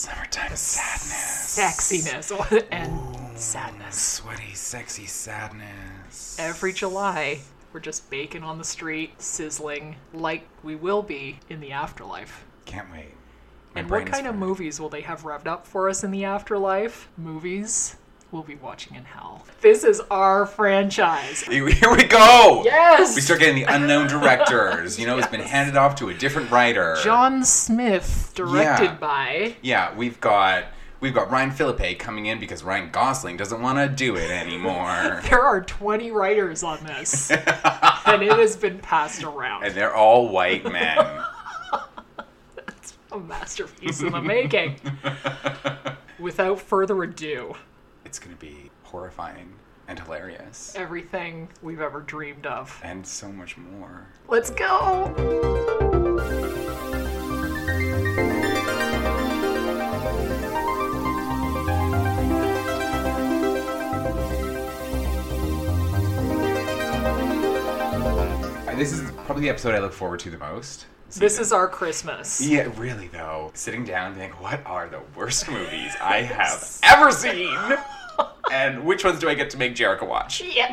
sadness, Sadness. sexiness, and sadness. Sweaty, sexy sadness. Every July, we're just baking on the street, sizzling, like we will be in the afterlife. Can't wait. My and brain what is kind of fried. movies will they have revved up for us in the afterlife? Movies we'll be watching in hell. This is our franchise. Here we go. Yes! We start getting the unknown directors. You know, it's been handed off to a different writer. John Smith, directed Yeah. by. Yeah, we've got we've got Ryan Philippe coming in because Ryan Gosling doesn't want to do it anymore, There are 20 writers on this, and it has been passed around. and they're all white men. a masterpiece in the making. Without further ado, It's gonna be horrifying and hilarious, everything we've ever dreamed of. and so much more. Let's go! Uh, This is probably the episode I look forward to the most. This is our Christmas. Yeah, really though. Sitting down and being like, what are the worst movies I have ever seen? And which ones do I get to make Jericho watch? Yes.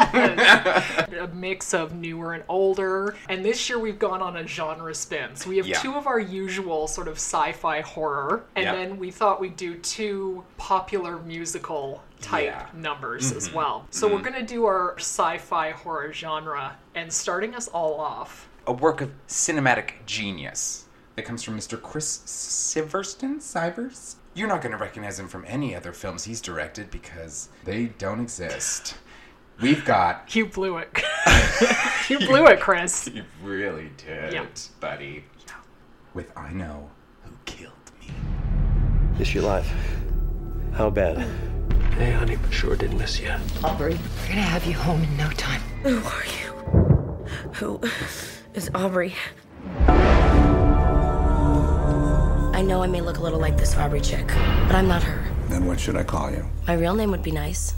a mix of newer and older. And this year we've gone on a genre spin. So we have Yeah. two of our usual sort of sci fi horror, and Yeah. then we thought we'd do two popular musical type Yeah. Mm-hmm. numbers as well. So we're going to do our sci fi horror genre. And starting us all off, A work of cinematic genius that comes from Mr. Chris Siverston? Sivers? You're not going to recognize him from any other films he's directed because they don't exist. We've got. you blew it. you blew it, Chris. You really did, Yeah. buddy. With I Know Who Killed Me. Is she alive? How bad? Hey, honey, sure did miss you. Aubrey, We're gonna have you home in no time. who are you? Who is Aubrey? I know I may look a little like this Aubrey chick, but I'm not her. Then what should I call you? My real name would be nice.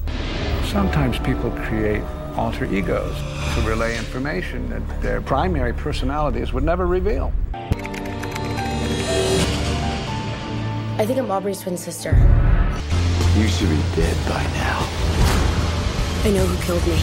Sometimes people create alter egos to relay information that their primary personalities would never reveal. I think I'm Aubrey's twin sister. You should be dead by now. I know who killed me.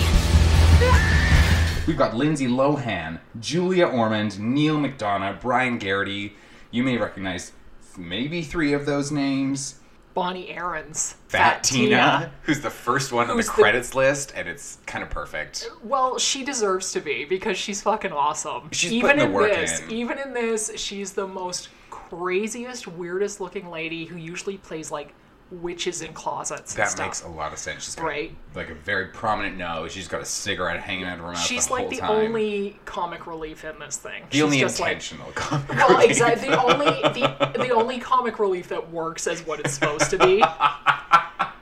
We've got Lindsay Lohan, Julia Ormond, Neil McDonough, Brian Garrity. You may recognize maybe three of those names. Bonnie Aaron's Fat Tina, who's the first one on the Who's the- credits list, and it's kind of perfect. Well, she deserves to be because she's fucking awesome. She's even putting the in work this, in. even in this, she's the most craziest, weirdest looking lady who usually plays like witches in closets. and That stuff. makes a lot of sense. She's got Right. like a very prominent nose. She's got a cigarette hanging out of her mouth. She's the whole like the time. only comic relief in this thing. the only she's just like intentional comic. well, relief. exactly. The only the, the only comic relief that works as what it's supposed to be.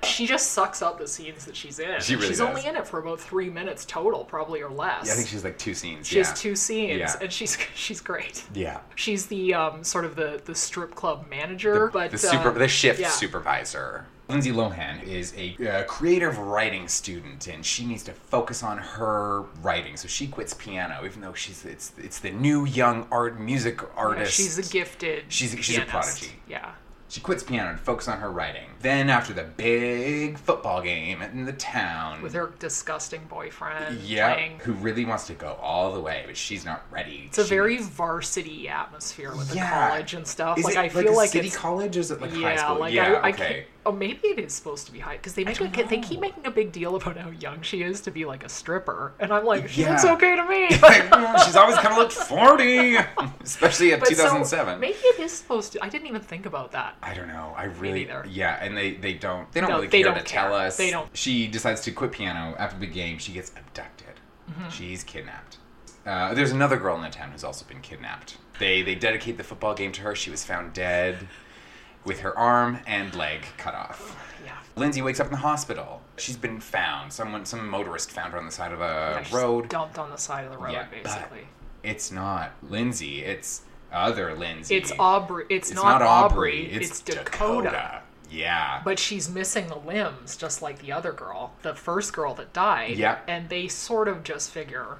She just sucks up the scenes that she's in. She really she's does. only in it for about three minutes total, probably or less. Yeah, I think she's like two scenes. she has yeah. two scenes, Yeah. and she's she's great. Yeah. She's the um, sort of the, the strip club manager, but the super uh, the shift yeah. supervisor. Lindsay Lohan is a uh, creative writing student, and she needs to focus on her writing. So she quits piano, even though she's it's it's the new young art music Yeah, artist. she's a gifted. She's- she's a pianist. prodigy. Yeah. She quits piano and focuses on her writing. Then after the big football game in the town, With her disgusting boyfriend yeah, playing. who really wants to go all the way, but she's not ready. It's a very varsity atmosphere with the college and stuff. Is like it I feel a like city it's college or is it like yeah, high school? like yeah, I, I okay. can't. Oh, maybe it is supposed to be high because they make a, they keep making a big deal about how young she is to be like a stripper, and I'm like, she Yeah. looks okay to me. Like, mm, she's always kind of looked 40, especially at But so 2007. maybe it is supposed to. I didn't even think about that. I don't know. I really, neither. yeah, and they they don't they don't No, really they care don't to care. tell us. They don't- She decides to quit piano after the game. She gets abducted. Mm-hmm. She's kidnapped. Uh, there's another girl in the town who's also been kidnapped. They they dedicate the football game to her. She was found dead, with her arm and leg cut off. Yeah. Lindsay wakes up in the hospital. She's been found. Someone, some motorist found her on the side of a She's road. dumped on the side of the road, Yeah, but- basically. It's not Lindsay. It's other Lindsay. It's Aubrey. It's, It's not, not, Aubrey. It's, It's, Dakota. Yeah. But she's missing the limbs, just like the other girl, the first girl that died. Yep. And they sort of just figure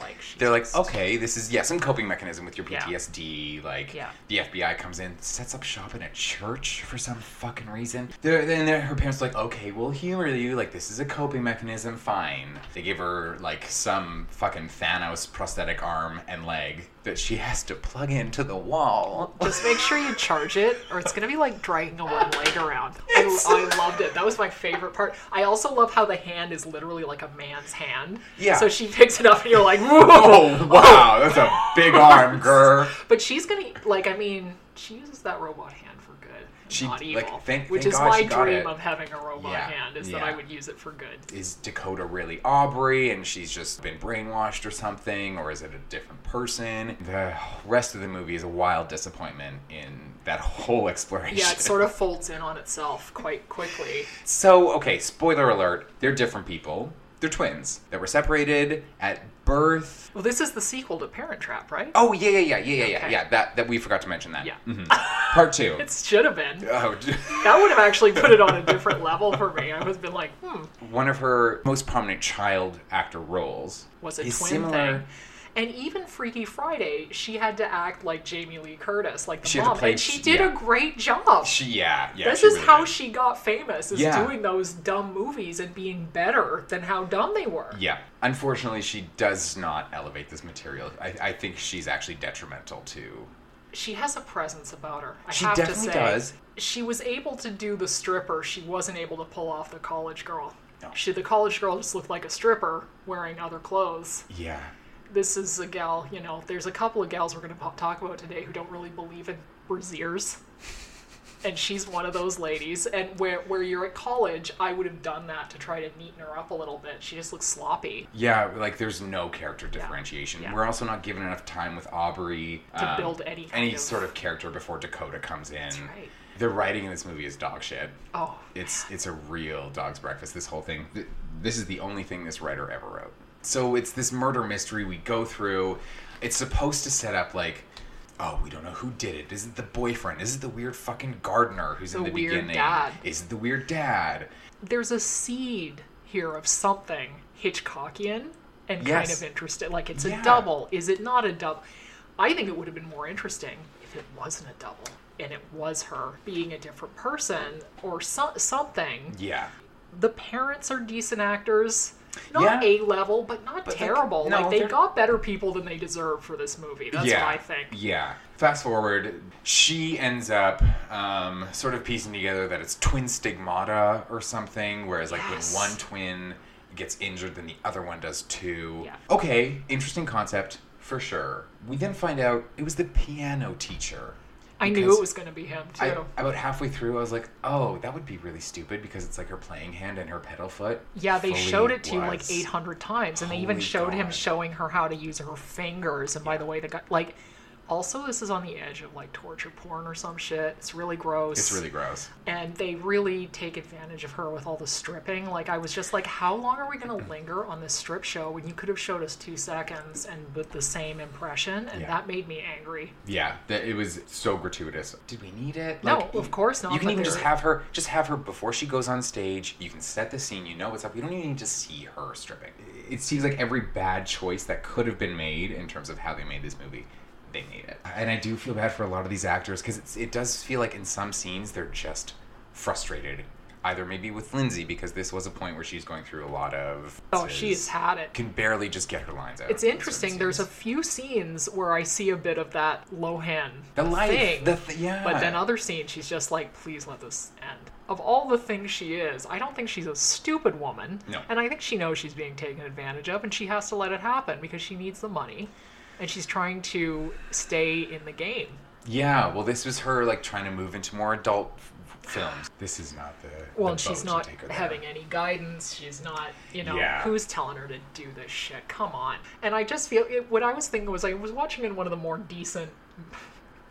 Like she's They're like, just- okay, this is yeah, some coping mechanism with your Yeah. PTSD. Like Yeah. the FBI comes in, sets up shop in a church for some fucking reason. They're, then they're- her parents are like, okay, we'll humor you. Like this is a coping mechanism. Fine. They give her like some fucking Thanos prosthetic arm and leg that she has to plug into the wall. Just make sure you charge it, or it's gonna be like dragging a one leg around. I, I loved it. That was my favorite part. I also love how the hand is literally like a man's hand. Yeah. So she picks it up, and you're like, whoa. Oh wow, that's a big arm, girl. But she's gonna like. I mean, she uses that robot hand for good, She- not evil. like, thank- which thank is God my she got dream it. of having a robot Yeah, hand is that yeah. I would use it for good. is Dakota really Aubrey and she's just been brainwashed or something, or is it a different person? The rest of the movie is a wild disappointment in that whole exploration. Yeah, it sort of folds in on itself quite quickly. So, okay, spoiler alert, they're different people. They're twins that were separated at birth. Well, this is the sequel to Parent Trap, right? Oh, yeah, yeah, yeah, yeah, yeah, yeah, Okay. yeah. That, that we forgot to mention that. Yeah. Mhm. Part two. It should have been. Oh, That would have actually put it on a different level for me. I would have been like, hmm, one of her most prominent child actor roles was a is twin similar. thing. And even Freaky Friday, she had to act like Jamie Lee Curtis, like the She had to mom, play- and she did yeah. a great job. She, yeah, yeah. this she is really how did. she got famous: is Yeah. doing those dumb movies and being better than how dumb they were. Yeah. Unfortunately, she does not elevate this material. I, I think she's actually detrimental to. She has a presence about her. I She have definitely to say, does. She was able to do the stripper. She wasn't able to pull off the college girl. She, the college girl, just looked like a stripper wearing other clothes. Yeah. this is a gal, you know, there's a couple of gals we're going to talk about today who don't really believe in brasiers. And she's one of those ladies. And where, where you're at college, I would have done that to try to neaten her up a little bit. She just looks sloppy Yeah, like there's no character differentiation. Yeah. We're also not given enough time with Aubrey to um, build any kind any of... sort of character before Dakota comes in. right. The writing in this movie is dog shit. Oh, It's it's a real dog's breakfast. This whole thing. Th- This is the only thing this writer ever wrote. So it's this murder mystery we go through. It's supposed to set up like, oh, we don't know who did it. Is it the boyfriend? Is it the weird fucking gardener who's in The the weird beginning? dad. Is it the weird dad? there's a seed here of something Hitchcockian and kind Yes. of interesting. Like, it's Yeah. a double. Is it not a double? I think it would have been more interesting if it wasn't a double and it was her being a different person or so- something. Yeah. the parents are decent actors. Not A Yeah. level, but not But, like, terrible. Like, no, they they're- got better people than they deserve for this movie. That's yeah. what I think. Yeah. Fast forward, she ends up um, sort of piecing together that it's twin stigmata or something, whereas, like, Yes. when one twin gets injured, then the other one does too. Yeah. Okay, interesting concept for sure. We then find out it was the piano teacher. I knew Because it was going to be him too. I, about halfway through, I was like, "Oh, that would be really stupid because it's like her playing hand and her pedal foot." yeah, they fully showed it to you like was- 800 times, and they even Holy showed him God. showing her how to use her fingers. And by the way, the guy like. Also, this is on the edge of like torture porn or some shit. It's really gross. It's really gross. and they really take advantage of her with all the stripping. Like I was just like, how long are we going to linger on this strip show when you could have showed us two seconds and with the same impression? And Yeah. that made me angry. Yeah, that it was so gratuitous. Did we need it? No, of course not, You can but even just there- have her, just have her before she goes on stage. You can set the scene. You know what's up. You don't even need to see her stripping. It seems like every bad choice that could have been made in terms of how they made this movie, they made it. And I do feel bad for a lot of these actors because it does feel like in some scenes they're just frustrated. Either maybe with Lindsay because this was a point where she's going through a lot of. Oh, she's had it. Can barely just get her lines out. It's in certain interesting. There's a scenes. few scenes where I see a bit of that Lohan The life, thing, the th- yeah. but then other scenes she's just like, please let this end. Of all the things she is, I don't think she's a stupid woman, No. and I think she knows she's being taken advantage of, and she has to let it happen because she needs the money, and she's trying to stay in the game. Yeah, well, this was her like trying to move into more adult f- films. This is not the Well, the and she's boat to not take her there. having any guidance. She's not, you know, Yeah. who's telling her to do this shit? Come on. And I just feel it, what I was thinking was I was watching in one of the more decent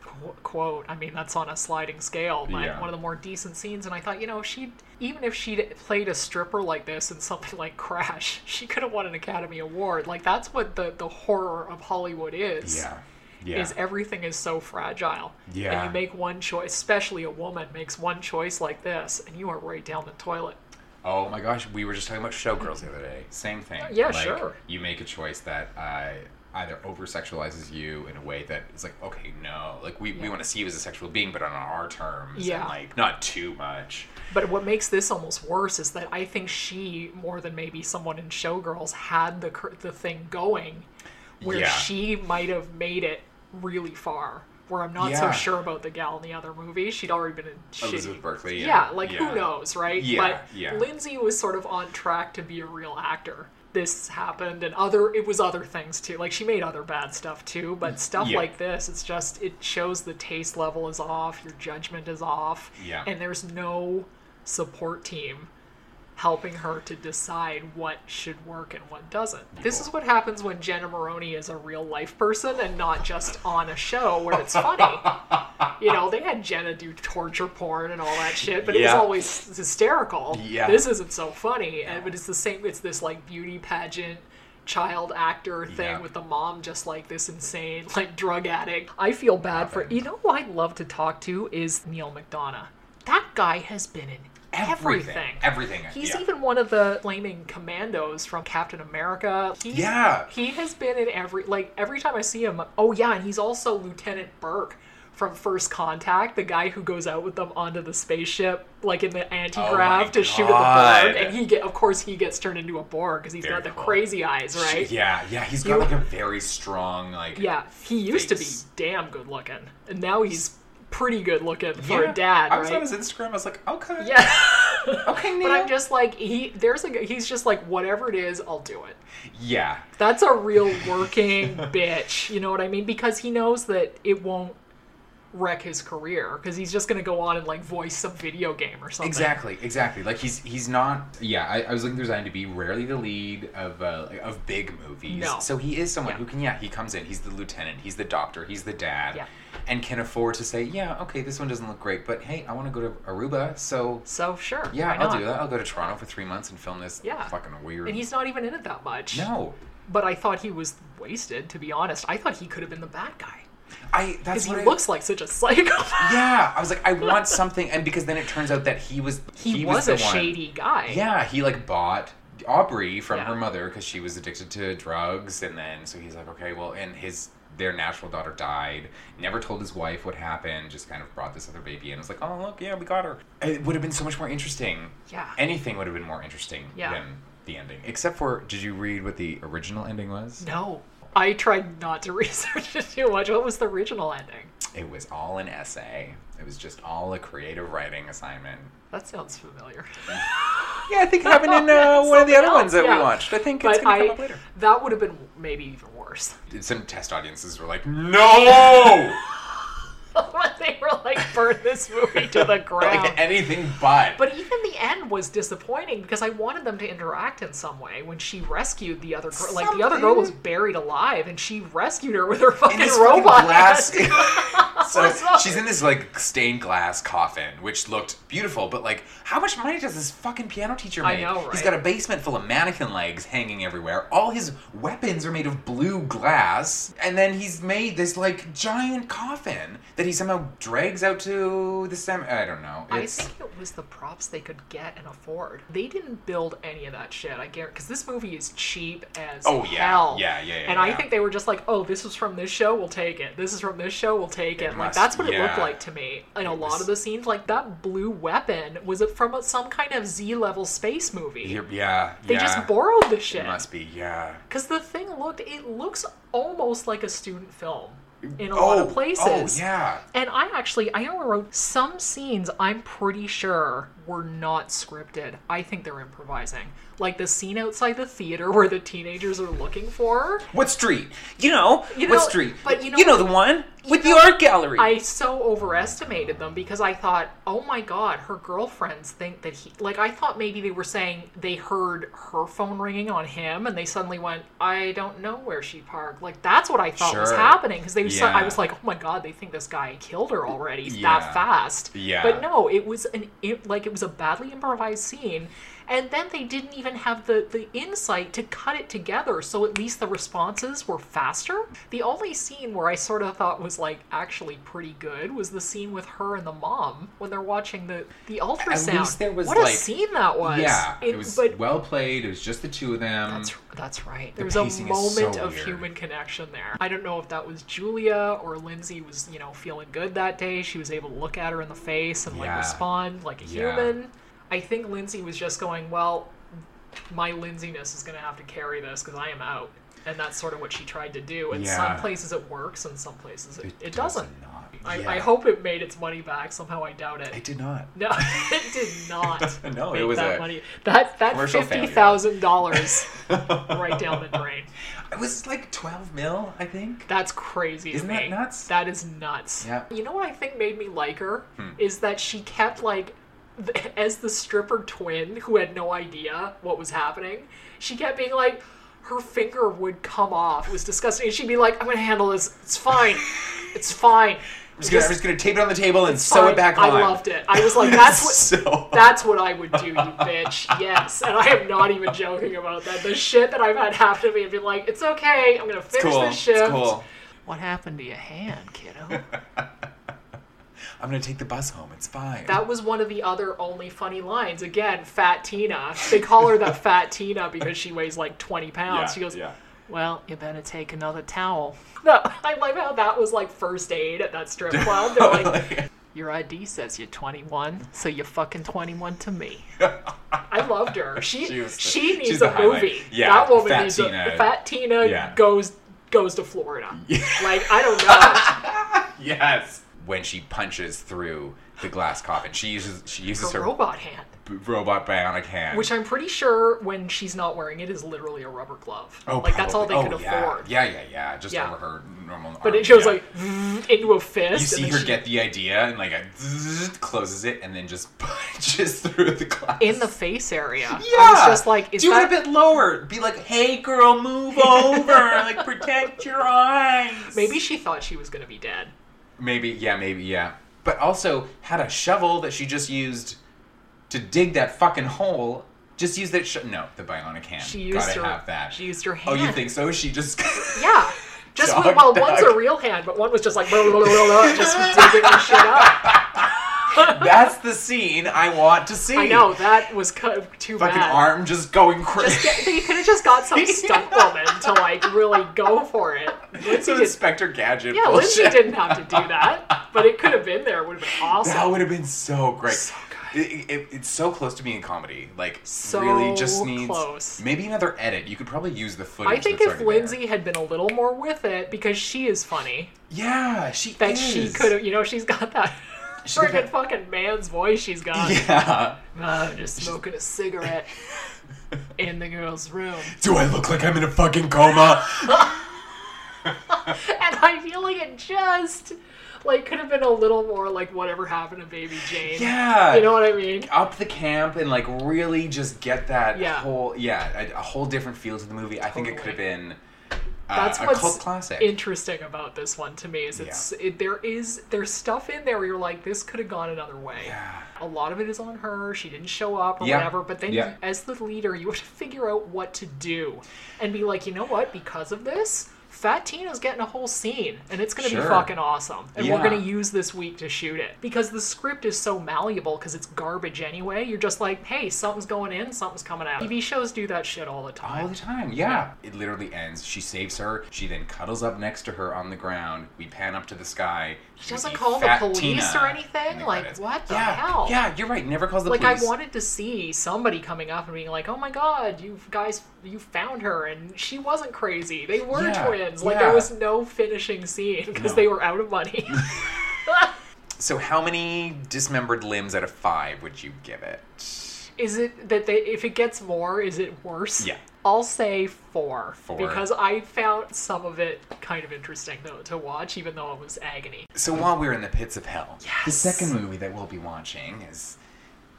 qu- quote. I mean, that's on a sliding scale, but Yeah. one of the more decent scenes. And I thought, you know, she even if she would played a stripper like this in something like Crash, she could have won an Academy Award. Like that's what the the horror of Hollywood is Yeah, yeah, is everything is so fragile. Yeah. And you make one choice, especially a woman makes one choice like this, and you are right down the toilet. Oh my gosh, we were just talking about showgirls the other day. Same thing. Yeah, Like, sure. You make a choice that uh, either over sexualizes you in a way that is like, okay, no, like we, we want to see you as a sexual being, but on our terms. Yeah. And like not too much. But what makes this almost worse is that I think she, more than maybe someone in Showgirls, had the cur- the thing going, where Yeah. she might have made it really far. Where I'm not so Yeah. Oh, sure about the gal in the other movie. She'd already been in shitty- Elizabeth Berkley. Yeah, and- like yeah. who knows, right? Yeah, but yeah. Lindsay was sort of on track to be a real actor. This happened, and other it was other things too. Like she made other bad stuff too, but stuff Yeah. like this, it's just it shows the taste level is off, your judgment is off, Yeah. and there's no support team helping her to decide what should work and what doesn't. This is what happens when Jenna Maroney is a real life person and not just on a show where it's funny. you know, they had Jenna do torture porn and all that shit, but it was Yeah. always hysterical. Yeah. This isn't so funny. And but it's the same it's this like beauty pageant child actor thing Yeah. with the mom just like this insane like drug addict. I feel bad for you know who I'd love to talk to is Neil McDonough. That guy has been in everything. Everything. Everything. He's yeah. even one of the flaming commandos from Captain America. He's, Yeah. He has been in every like every time I see him. Oh yeah, and he's also Lieutenant Burke from First Contact, the guy who goes out with them onto the spaceship like in the anti-grav Oh my to shoot at the God. Borg, and he get of course he gets turned into a Borg because he's Very got the cool. crazy eyes, right? Yeah, yeah. He's You- got like a very strong like. Yeah, he used face. to be damn good looking, and now he's pretty good looking for Yeah. a dad, I was right? on his Instagram. I was like, okay. yeah. Okay, Neil. But I'm just like he. There's a. g- He's just like whatever it is, I'll do it. yeah. That's a real working bitch. You know what I mean? Because he knows that it won't wreck his career. Because he's just gonna go on and like voice some video game or something. Exactly, exactly. Like he's he's not. Yeah, I, I was looking through his IMDb. Rarely the lead of uh, like, of big movies. No. So he is someone Yeah. who can. Yeah, he comes in. He's the lieutenant. He's the doctor. He's the dad. Yeah. And can afford to say, yeah, okay, this one doesn't look great, but hey, I want to go to Aruba, so So sure. yeah, why I'll not? do that. I'll go to Toronto for three months and film this. Yeah. Fucking weird. And he's not even in it that much. no. But I thought he was wasted. To be honest, I thought he could have been the bad guy. I. Because That's he what I- looks like such a psychopath. Yeah, I was like, I want something, and because then it turns out that he was He, was, the a one- shady guy. Yeah, he like bought Aubrey from Yeah. her mother because she was addicted to drugs, and then so he's like, okay, well, and his their natural daughter died. Never told his wife what happened. Just kind of brought this other baby in. Was like, oh look, yeah, we got her. It would have been so much more interesting. Yeah. anything would have been more interesting Yeah. than the ending. Except for, did you read what the original ending was? No. I tried not to research it too much. What was the original ending? It was all an essay. It was just all a creative writing assignment. That sounds familiar. Yeah, I think it happened in uh, one of the Something other else, ones that yeah. we watched. I think it's But going to I, come up later. that would have been maybe even worse. Some test audiences were like, no! when they were like, burn this movie to the ground. like anything but. but even the end was disappointing because I wanted them to interact in some way. When she rescued the other girl, like the other girl was Something. buried alive, and she rescued her with her fucking this fucking robot. glass. hand. so she's in this like stained glass coffin, which looked beautiful, but like, how much money does this fucking piano teacher I make? know, He's right? got a basement full of mannequin legs hanging everywhere. All his weapons are made of blue glass, and then he's made this like giant coffin that he somehow drags out to the sem. I don't know. I It's- think it was the props they could get and afford. They didn't build any of that shit. I guarantee because this movie is cheap as Oh, yeah. hell. Yeah, yeah, yeah, And I yeah. think they were just like, oh, this is from this show, we'll take it. This is from this show, we'll take it. like must- that's what it looked yeah. like to me. In a lot was- of the scenes, like that blue weapon was it from some kind of Z level space movie. Yeah, yeah. they just borrowed the shit It must be, yeah. because the thing looked it looks almost like a student film in a lot of places. Oh, yeah. And I actually, I only wrote some scenes I'm pretty sure were not scripted. I think they're improvising. Like the scene outside the theater where the teenagers are looking for her. What street? You know, You what know, street? but you know the one with know- the art gallery. I so overestimated them because I thought, oh my god, her girlfriends think that he. Like, I thought maybe they were saying they heard her phone ringing on him and they suddenly went, I don't know where she parked. Like, that's what I thought was Sure. happening because they was, Yeah. I was like, oh my god, they think this guy killed her already Yeah. that fast. Yeah. But no, it was an. It, like, it was a badly improvised scene And then they didn't even have the, the insight to cut it together, so at least the responses were faster. The only scene where I sort of thought was like actually pretty good was the scene with her and the mom when they're watching the, the ultrasound. least there was, what like- a scene that was. yeah, it, It- was but well played. It was just the two of them. that's, that's right. The There's a pacing is so moment of weird. human connection there. I don't know if that was Julia or Lindsay was, you know, feeling good that day. She was able to look at her in the face and Yeah. like respond like a Yeah. human. I think Lindsay was just going, well, my Lindsiness is going to have to carry this because I am out. And that's sort of what she tried to do. And Yeah. some places it works and some places it, it, doesn't. does not. I, Yeah. I hope it made its money back somehow. I doubt it. It did not. No, it did not. No, it make was that a money. That that commercial failure. fifty thousand dollars right down the drain. It was like 12 mil, I think. That's crazy. to Isn't that me. nuts? That is nuts. Yeah. Hmm. You know what I think made me like her is that she kept like th- as the stripper twin who had no idea what was happening. She kept being like. Her finger would come off. It was disgusting. And she'd be like, I'm going to handle this. It's fine. It's fine. I'm just, gonna, I'm just gonna tape it on the table and sew it back I on. loved it. I was like, that's what So- that's what I would do, you bitch. Yes. And I am not even joking about that. The shit that I've had happen to me and be like, it's okay, I'm gonna finish cool. this shift. It's cool. What happened to your hand, kiddo? I'm gonna take the bus home. It's fine. that was one of the other only funny lines. Again, Fat Tina. They call her the Fat Tina because she weighs like 20 pounds. she goes, Well, you better take another towel. No, I like how that was like first aid at that strip club. They're like, your ID says you're 21, so you're fucking 21 to me. I loved her. She She she, was the- she's needs the a highlight. movie. Yeah, that woman Fat needs Tina. a Fat Tina Yeah. goes goes to Florida. Like I don't know. Yes. When she punches through the glass coffin, she uses she uses a her robot hand, b- robot bionic hand. which I'm pretty sure when she's not wearing it is literally a rubber glove. oh, like that's all they probably. could oh, yeah. afford. Yeah, yeah, yeah. Just Yeah. over her normal. But arm, it shows yeah. like into a fist. You see and her then she, get the idea and like a zzz, closes it and then just punches through the glass in the face area. Yeah, Yeah, I was just like, is do that it a bit lower. Be like, "Hey, girl, move over. like, protect your eyes." maybe she thought she was gonna be dead? Maybe, yeah, maybe, yeah. But also had a shovel that she just used to dig that fucking hole. Just use that. Sho- no, the bionic hand. She used Gotta her- have that. she used her Oh, you hand. think so? She just. Yeah. Just Dog, with, well, one's dog. a real hand, but one was just like blah, blah, blah, blah, blah, just digging the shit up. That's the scene I want to see. I know that was kind of too Fucking bad. arm just going crazy. Just get- you could have just got some stunt woman to like really go for it. Lindsay Some did, Inspector Gadget. yeah, Lindsay bullshit. didn't have to do that, but it could have been there. It would have been awesome. That would have been so great. It- it- it's so close to being comedy. Like, So really just needs close. maybe another edit. You could probably use the footage. I think that's if already there. Lindsay had been a little more with it, because she is funny, yeah, she that is. she could have, you know, she's got that could freaking have- fucking man's voice she's got. Yeah. I'm Uh, just smoking a cigarette in the girl's room. Do I look like I'm in a fucking coma? And I feel like it just like could have been a little more like whatever happened to baby Jane. Yeah. You know what I mean? Up the camp and like really just get that Yeah. whole yeah a, a whole different feel to the movie. I think it could have been uh, That's a what's cult classic. interesting about this one to me is it's it, there is there's stuff in there where you're like this could have gone another way. A lot of it is on her. She didn't show up or Yeah. whatever. But then, Yeah. as the leader, you have to figure out what to do and be like, you know what? Because of this, Fat Tina's getting a whole scene, and it's going to Sure. be fucking awesome. And Yeah. we're going to use this week to shoot it because the script is so malleable because it's garbage anyway. You're just like, hey, something's going in, something's coming out. TV shows do that shit all the time. All the time, yeah. It literally ends. She saves her. She then cuddles up next to her on the ground. We pan up to the sky. She We doesn't see call the Fat police Tina or in anything. the Like, credits. what the yeah, hell? Yeah, you're right. Never calls the Like, police. I wanted to see somebody coming up and being like, "Oh my God, you guys, you found her, and she wasn't crazy. They were Yeah, twins. Like, yeah. there was no finishing scene because No. they were out of money." So, how many dismembered limbs out of five would you give it? is it that they? If it gets more, is it worse? Yeah. I'll say four, Four. because I found some of it kind of interesting though to watch, even though it was agony. So, while we're in the pits of hell, the Yes. second movie that we'll be watching is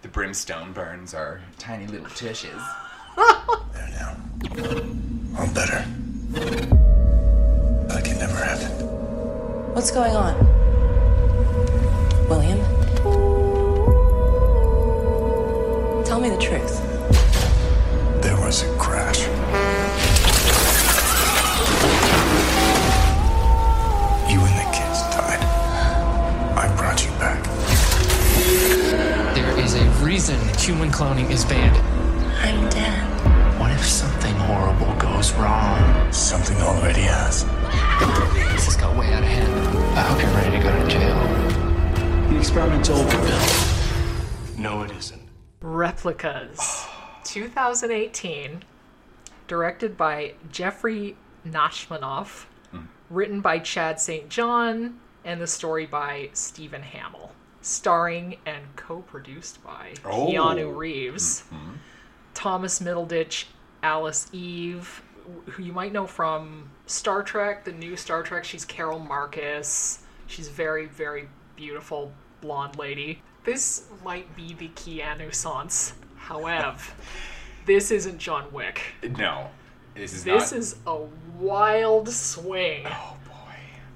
The Brimstone Burns Our Tiny Little Tushes. now. I'm better. Like it never happened. What's going on? William? Tell me the truth. was a crash. You and the kids died. I brought you back. There is a reason human cloning is banned. I'm dead. What if something horrible goes wrong? Something already has. This has got way out of hand. I hope you're ready to go to jail. The experiment's over now. No, it isn't. Replicas, 2018, directed by Jeffrey Nashmanoff, written by Chad St. John, and the story by Stephen Hamill, starring and co-produced by Oh. Keanu Reeves, Thomas Middleditch, Alice Eve, who you might know from Star Trek, the new Star Trek. She's Carol Marcus. She's very, very beautiful blonde lady. This might be the Keanu Sans. However, this isn't John Wick. No, this is This not. is a wild swing oh boy,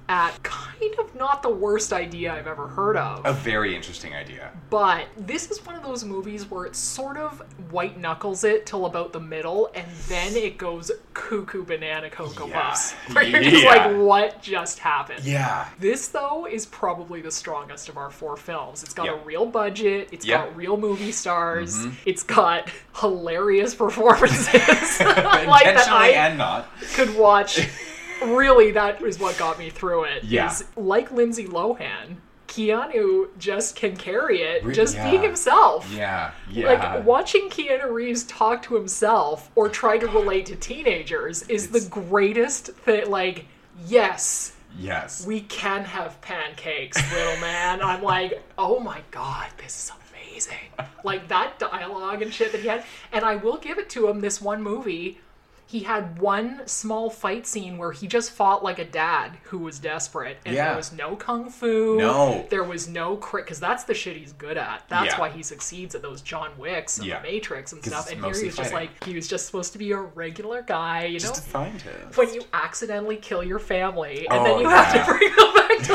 at kind of not the worst idea I've ever heard of. a very interesting idea. But this is one of those movies where it sort of white knuckles it till about the middle, and then it goes cuckoo banana cocoa Yeah. puffs. Where you're just Yeah. like, what just happened? Yeah, This though is probably the strongest of our four films. It's got Yeah. a real budget. It's Yeah. Mm-hmm. got real movie stars. It's got hilarious performances. like that intentionally I and not. could watch. Really, that is what got me through it. Yeah. is, like Lindsay Lohan, Keanu just can carry it. Re- just be yeah. himself. Yeah, yeah. Like watching Keanu Reeves talk to himself or try to relate to teenagers is the greatest thing. Like, yes, yes. we can have pancakes, little man. I'm like, oh my god, this is amazing. Like that dialogue and shit that he had. And I will give it to him this one movie. He had one small fight scene where he just fought like a dad who was desperate, and Yeah. there was no kung fu. No. there was no crit because that's the shit he's good at. That's Yeah. why he succeeds at those John Wicks and Yeah. the Matrix and 'Cause stuff. it's And here he mostly was just fighting. like he was just supposed to be a regular guy, you know? just a scientist. when you accidentally kill your family and Oh, then you have yeah. to bring them back to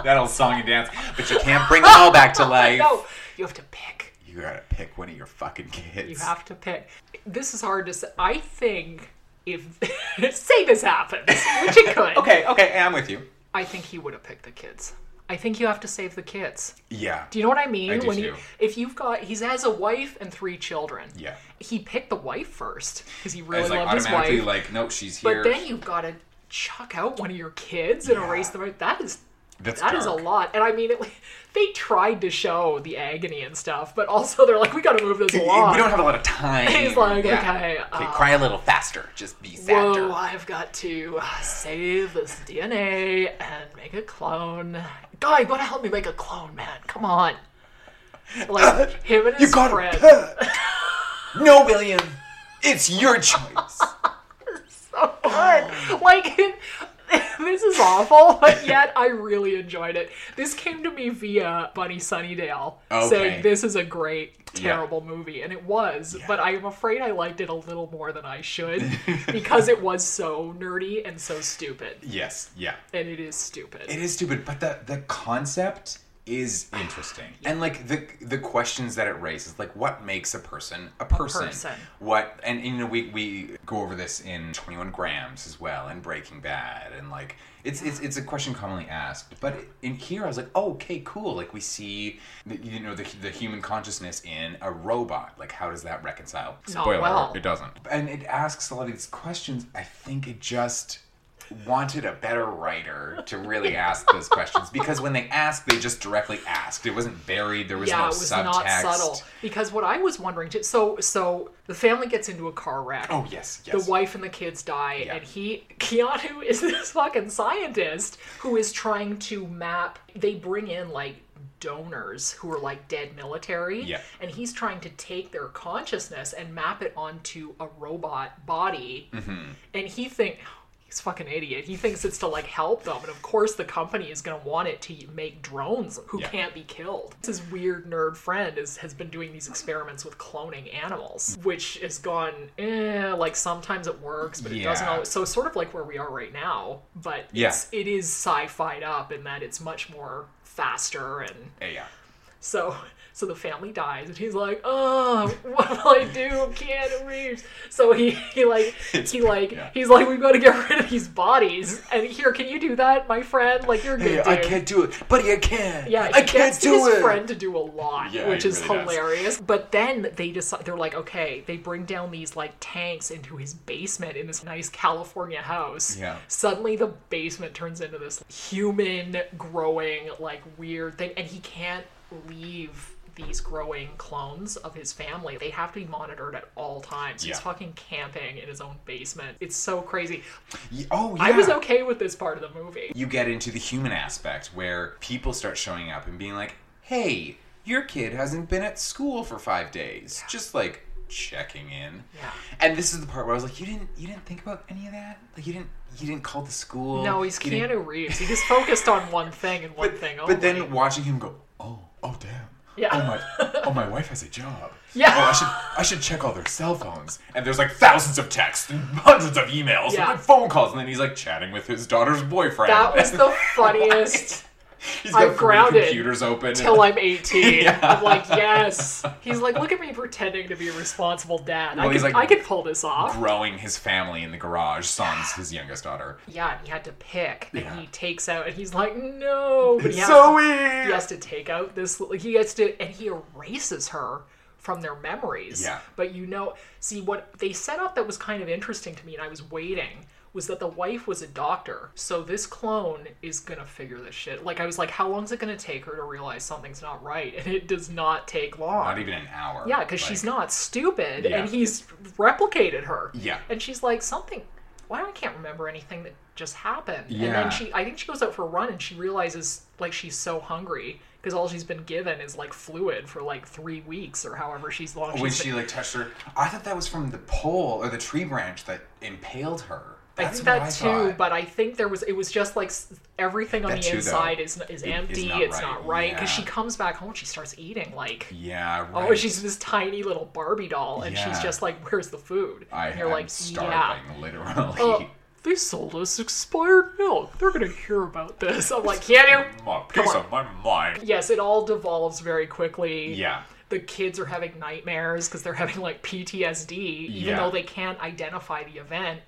life. that old song and dance, but you can't bring them all back to life. no, you have to pick. You gotta pick one of your fucking kids. You have to pick. This is hard to say. I think if say this happens, which it could, Okay, okay, I'm with you. I think he would have picked the kids. I think you have to save the kids. Yeah. Do you know what I mean? I do when you too. if you've got he has a wife and three children. Yeah. He picked the wife first because he I really was like loved his automatically wife. like, nope, she's here. but then you've got to chuck out one of your kids and erase them out. That is That's That is dark. a lot. And I mean, it, they tried to show the agony and stuff, but also they're like, we got to move this We along. don't have a lot of time. He's like, okay, uh, cry a little faster. Just be sadder. Whoa, I've got to uh, save this DNA and make a clone. Guy, you gotta help me make a clone, man. Come on. Like, him and his You got friend. it. no, William. It's your choice. so good. Like it, this is awful, but yet I really enjoyed it. This came to me via Bunny Sunnydale Okay. saying this is a great, Yeah. terrible movie, and it was. But I'm afraid I liked it a little more than I should because it was so nerdy and so stupid, yes. Yeah. and it is stupid. It is stupid, but the the concept is interesting. And like the the questions that it raises, like what makes a person a person? person. What and, you know we we go over this in 21 grams as well and Breaking Bad and like it's it's it's a question commonly asked. But in here I was like, "Oh, okay, cool. Like we see the, you know the the human consciousness in a robot. Like how does that reconcile?" Not Spoiler, well. it doesn't. And it asks a lot of these questions. I think it just wanted a better writer to really ask those questions because when they asked, they just directly asked. It wasn't buried. There was yeah, no it was subtext. not subtle because what I was wondering too. So, so the family gets into a car wreck. Oh yes, the yes. wife and the kids die Yeah. and he keanu is this fucking scientist who is trying to map they bring in like donors who are like dead military Yeah. and he's trying to take their consciousness and map it onto a robot body Mm-hmm. and he think he's a fucking idiot he thinks it's to like help them and of course the company is going to want it to make drones who Yeah. can't be killed It's his weird nerd friend is, has been doing these experiments with cloning animals which has gone eh, like sometimes it works but it doesn't Yeah. always so it's sort of like where we are right now but Yeah. it's, it is sci-fied up in that it's much more faster and Yeah, yeah. so So the family dies, and he's like, "Oh, what will I do, Keanu Reeves?" So he, he like he like yeah. he's like, "We've got to get rid of these bodies." And here, can you do that, my friend? Like you're a good. Hey, I dude." can't do it, buddy. I can. Yeah, he I can't gets do his it. friend to do a lot, Yeah, which he is really does. hilarious. But then they decide they're like, okay, they bring down these like tanks into his basement in this nice California house. Yeah. Suddenly the basement turns into this human growing like weird thing, and he can't leave these growing clones of his family. They have to be monitored at all times. He's Yeah. fucking camping in his own basement. It's so crazy. Y- Oh yeah. I was okay with this part of the movie. you get into the human aspect where people start showing up and being like, hey, your kid hasn't been at school for five days. Just like checking in. Yeah. And this is the part where I was like, you didn't you didn't think about any of that? Like you didn't you didn't call the school. No, he's you didn't- Keanu Reeves. He just focused on one thing and one But, thing only. but then watching him go, oh, oh damn. Yeah. Oh my oh my wife has a job. Yeah. Oh I should I should check all their cell phones. And there's like thousands of texts and hundreds of emails Yeah. and like phone calls and then he's like chatting with his daughter's boyfriend. that was the funniest. He's got I'm three grounded computers open. Till I'm 18, I'm like, yes. He's like, look at me pretending to be a responsible dad. Well, I he's could, like- I could pull this off. growing his family in the garage. Sans his youngest daughter. yeah, and he had to pick, and Yeah. he takes out, and he's like, no. But he has so to- weird. He has to take out this. He has to, and he erases her from their memories. Yeah. But you know, see what they set up that was kind of interesting to me, and I was waiting. Was that the wife was a doctor, so this clone is gonna figure this shit. Like I was like, how long is it gonna take her to realize something's not right? And it does not take long. Not even an hour. Yeah, because Like, she's not stupid, Yeah. and he's replicated her. Yeah. and she's like something. Why I can't remember anything that just happened. And Yeah. then she, I think she goes out for a run, and she realizes like she's so hungry because all she's been given is like fluid for like three weeks or however she's long. When she's been- she like touched her, I thought that was from the pole or the tree branch that impaled her. I That's think what that too, thought. but I think there was it was just like s- everything on That the too, though, inside is is it- is empty. not it's right. not right because Yeah. she comes back home, and she starts eating like yeah, right. Oh, she's this tiny little Barbie doll, and she's Yeah. just like, "Where's the food?" I, and you're am like, starving "Yeah, uh, literally. they sold us expired milk. They're gonna hear about this." I'm like, "Keanu, My piece Oh, of my mind. yes." It all devolves very quickly. Yeah. the kids are having nightmares because they're having like PTSD, even Yeah. though they can't identify the event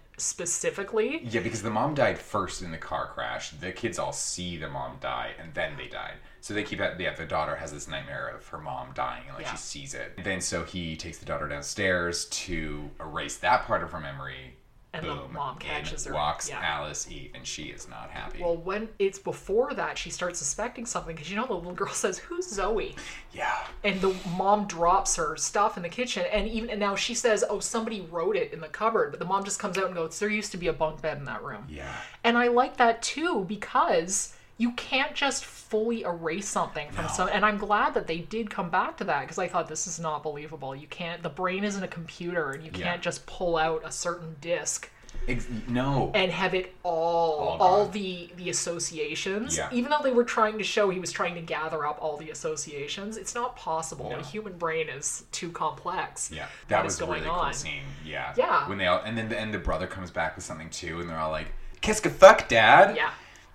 specifically. Yeah, because the mom died first in the car crash. The kids all see the mom die, and then they died. So they keep at yeah. The daughter has this nightmare of her mom dying, and like Yeah. she sees it. Then so he takes the daughter downstairs to erase that part of her memory. And the Boom. mom In catches her. Walks Yeah. Alice Eve, and she is not happy. Well, when it's before that, she starts suspecting something because you know the little girl says, "Who's Zoe?" yeah, and the mom drops her stuff in the kitchen and even and now she says oh somebody wrote it in the cupboard but the mom just comes out and goes there used to be a bunk bed in that room yeah. and i like that too because you can't just fully erase something from some and i'm glad that they did come back to that because i thought this is not believable you can't the brain isn't a computer and you Yeah. can't just pull out a certain disc Ex- no. and have it all all, All gone. the the associations Yeah. even though they were trying to show he was trying to gather up all the associations it's not possible No. a human brain is too complex yeah, What that is was a really cool scene. Yeah, Yeah. When they all and then the, and the brother comes back with something too, and they're all like, "Kiss the fuck, dad." yeah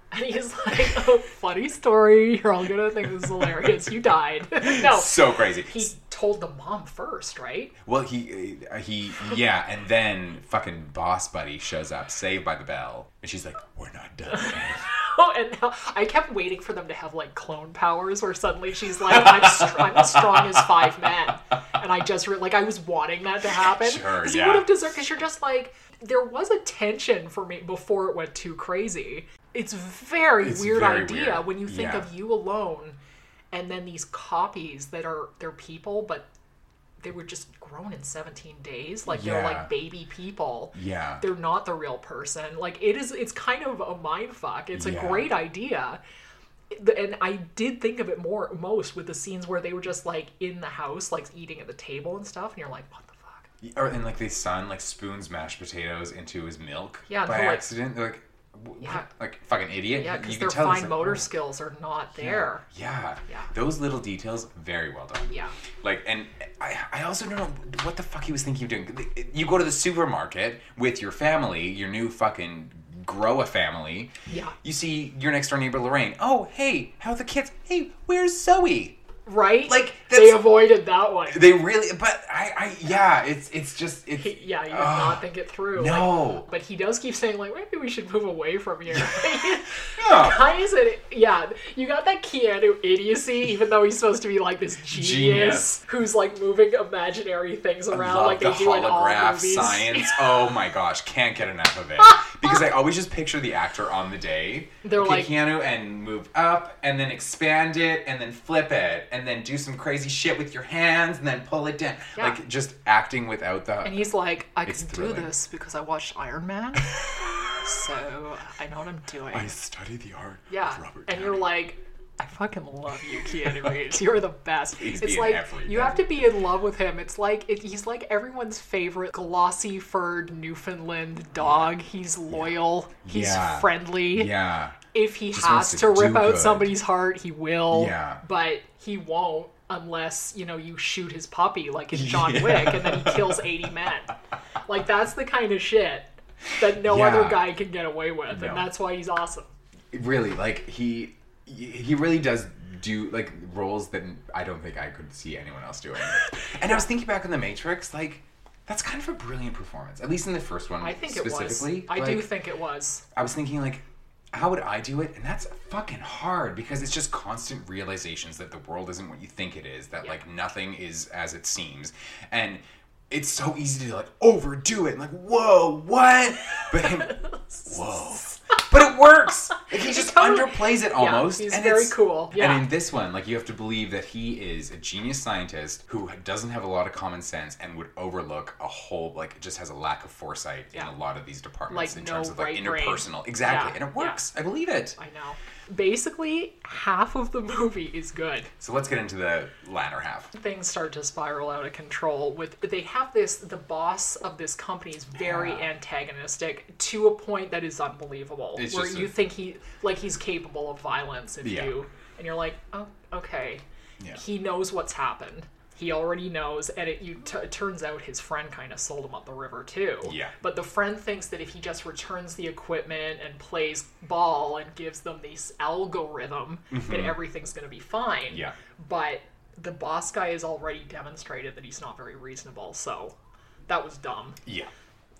and he's like oh funny story you're all gonna think this is hilarious you died no So crazy. he told the mom first right Well, he uh, he yeah, and then fucking boss buddy shows up, saved by the bell, and she's like, "We're not done." yet." Oh, and now I kept waiting for them to have like clone powers, where suddenly she's like, "I'm, str- I'm as strong as five men," and I just re- like I was wanting that to happen. Sure, 'Cause yeah. You would have deserved because you're just like there was a tension for me before it went too crazy. It's very It's weird very idea weird. when you think Yeah. of you alone, and then these copies that are they're people, but they were just grown in 17 days. Like they're Yeah. like baby people yeah, they're not the real person. Like it is, it's kind of a mind fuck. It's Yeah. a great idea, The- and I did think of it more most with the scenes where they were just like in the house, like eating at the table and stuff, and you're like, what the fuck? or and like they son like spoons mashed potatoes into his milk Yeah, and by they're like- accident. They're like, "W- Yeah. like fucking idiot. Yeah, You because can their tell fine he's like, motor "Oh." skills are not there. Yeah. Yeah. those little details, very well done. Yeah. Like, and I, I also don't know what the fuck he was thinking of doing. You go to the supermarket with your family, your new fucking grow a family. Yeah. You see your next door neighbor Lorraine. Oh, hey, how are the kids? Hey, where's Zoe? right? Like, they that's- avoided that one. They really, but I, I, yeah, it's, it's just, it's, He- yeah, you did Ugh. not think it through. like- No. but he does keep saying like, maybe we should move away from here. Yeah. Why is it? Yeah, you got that Keanu idiocy, even though he's supposed to be like this genius, Genius. who's like moving imaginary things I around, love like the they do in all holograph movies. science. Oh my gosh, can't get enough of it. Because I always just picture the actor on the day. They're okay, like- Keanu, and move up, and then expand it, and then flip it, and then do some crazy shit with your hands, and then pull it down. Yeah. Like just acting without the. And he's like, I It's can do thrilling. this because I watched Iron Man, so I know what I'm doing. I study the art. yeah, Of Robert and Downey. you're like. I fucking love you, Keanu Reeves. You're the best. Please it's be in like everything. you have to be in love with him. It's like it, he's like everyone's favorite glossy furred Newfoundland dog. He's loyal. He's Yeah. friendly. Yeah. if he Just has wants to, to do rip out good. somebody's heart, he will. Yeah. But he won't unless, you know, you shoot his puppy like in John Wick and then he kills 80 men. Like, that's the kind of shit that no Yeah. other guy can get away with. No. And that's why he's awesome. really like he he really does do like roles that I don't think I could see anyone else doing. and I was thinking back on The Matrix, like that's kind of a brilliant performance, at least in the first one. I think it was. specifically. I do Like, think it was. I was thinking like. How would I do it? And that's fucking hard because it's just constant realizations that the world isn't what you think it is, that like nothing is as it seems. And it's so easy to like overdo it and like, whoa, what? But him, whoa. But it works. Like he just totally- underplays it almost. he's and very it's- cool. Yeah. And in this one, like you have to believe that he is a genius scientist who doesn't have a lot of common sense and would overlook a whole like just has a lack of foresight Yeah. in a lot of these departments Like, in no terms of like right brain. interpersonal. Exactly. Yeah. And it works. I believe it. I know. Basically, half of the movie is good. So let's get into the latter half. things start to spiral out of control with they have this the boss of this company is very antagonistic to a point that is unbelievable It's where just you a- think he like he's capable of violence if Yeah. you and you're like oh okay Yeah. he knows what's happened he already knows and it you t- it turns out his friend kind of sold him up the river too Yeah. but the friend thinks that if he just returns the equipment and plays ball and gives them this algorithm that Mm-hmm. everything's going to be fine Yeah. but the boss guy has already demonstrated that he's not very reasonable, so that was dumb. Yeah.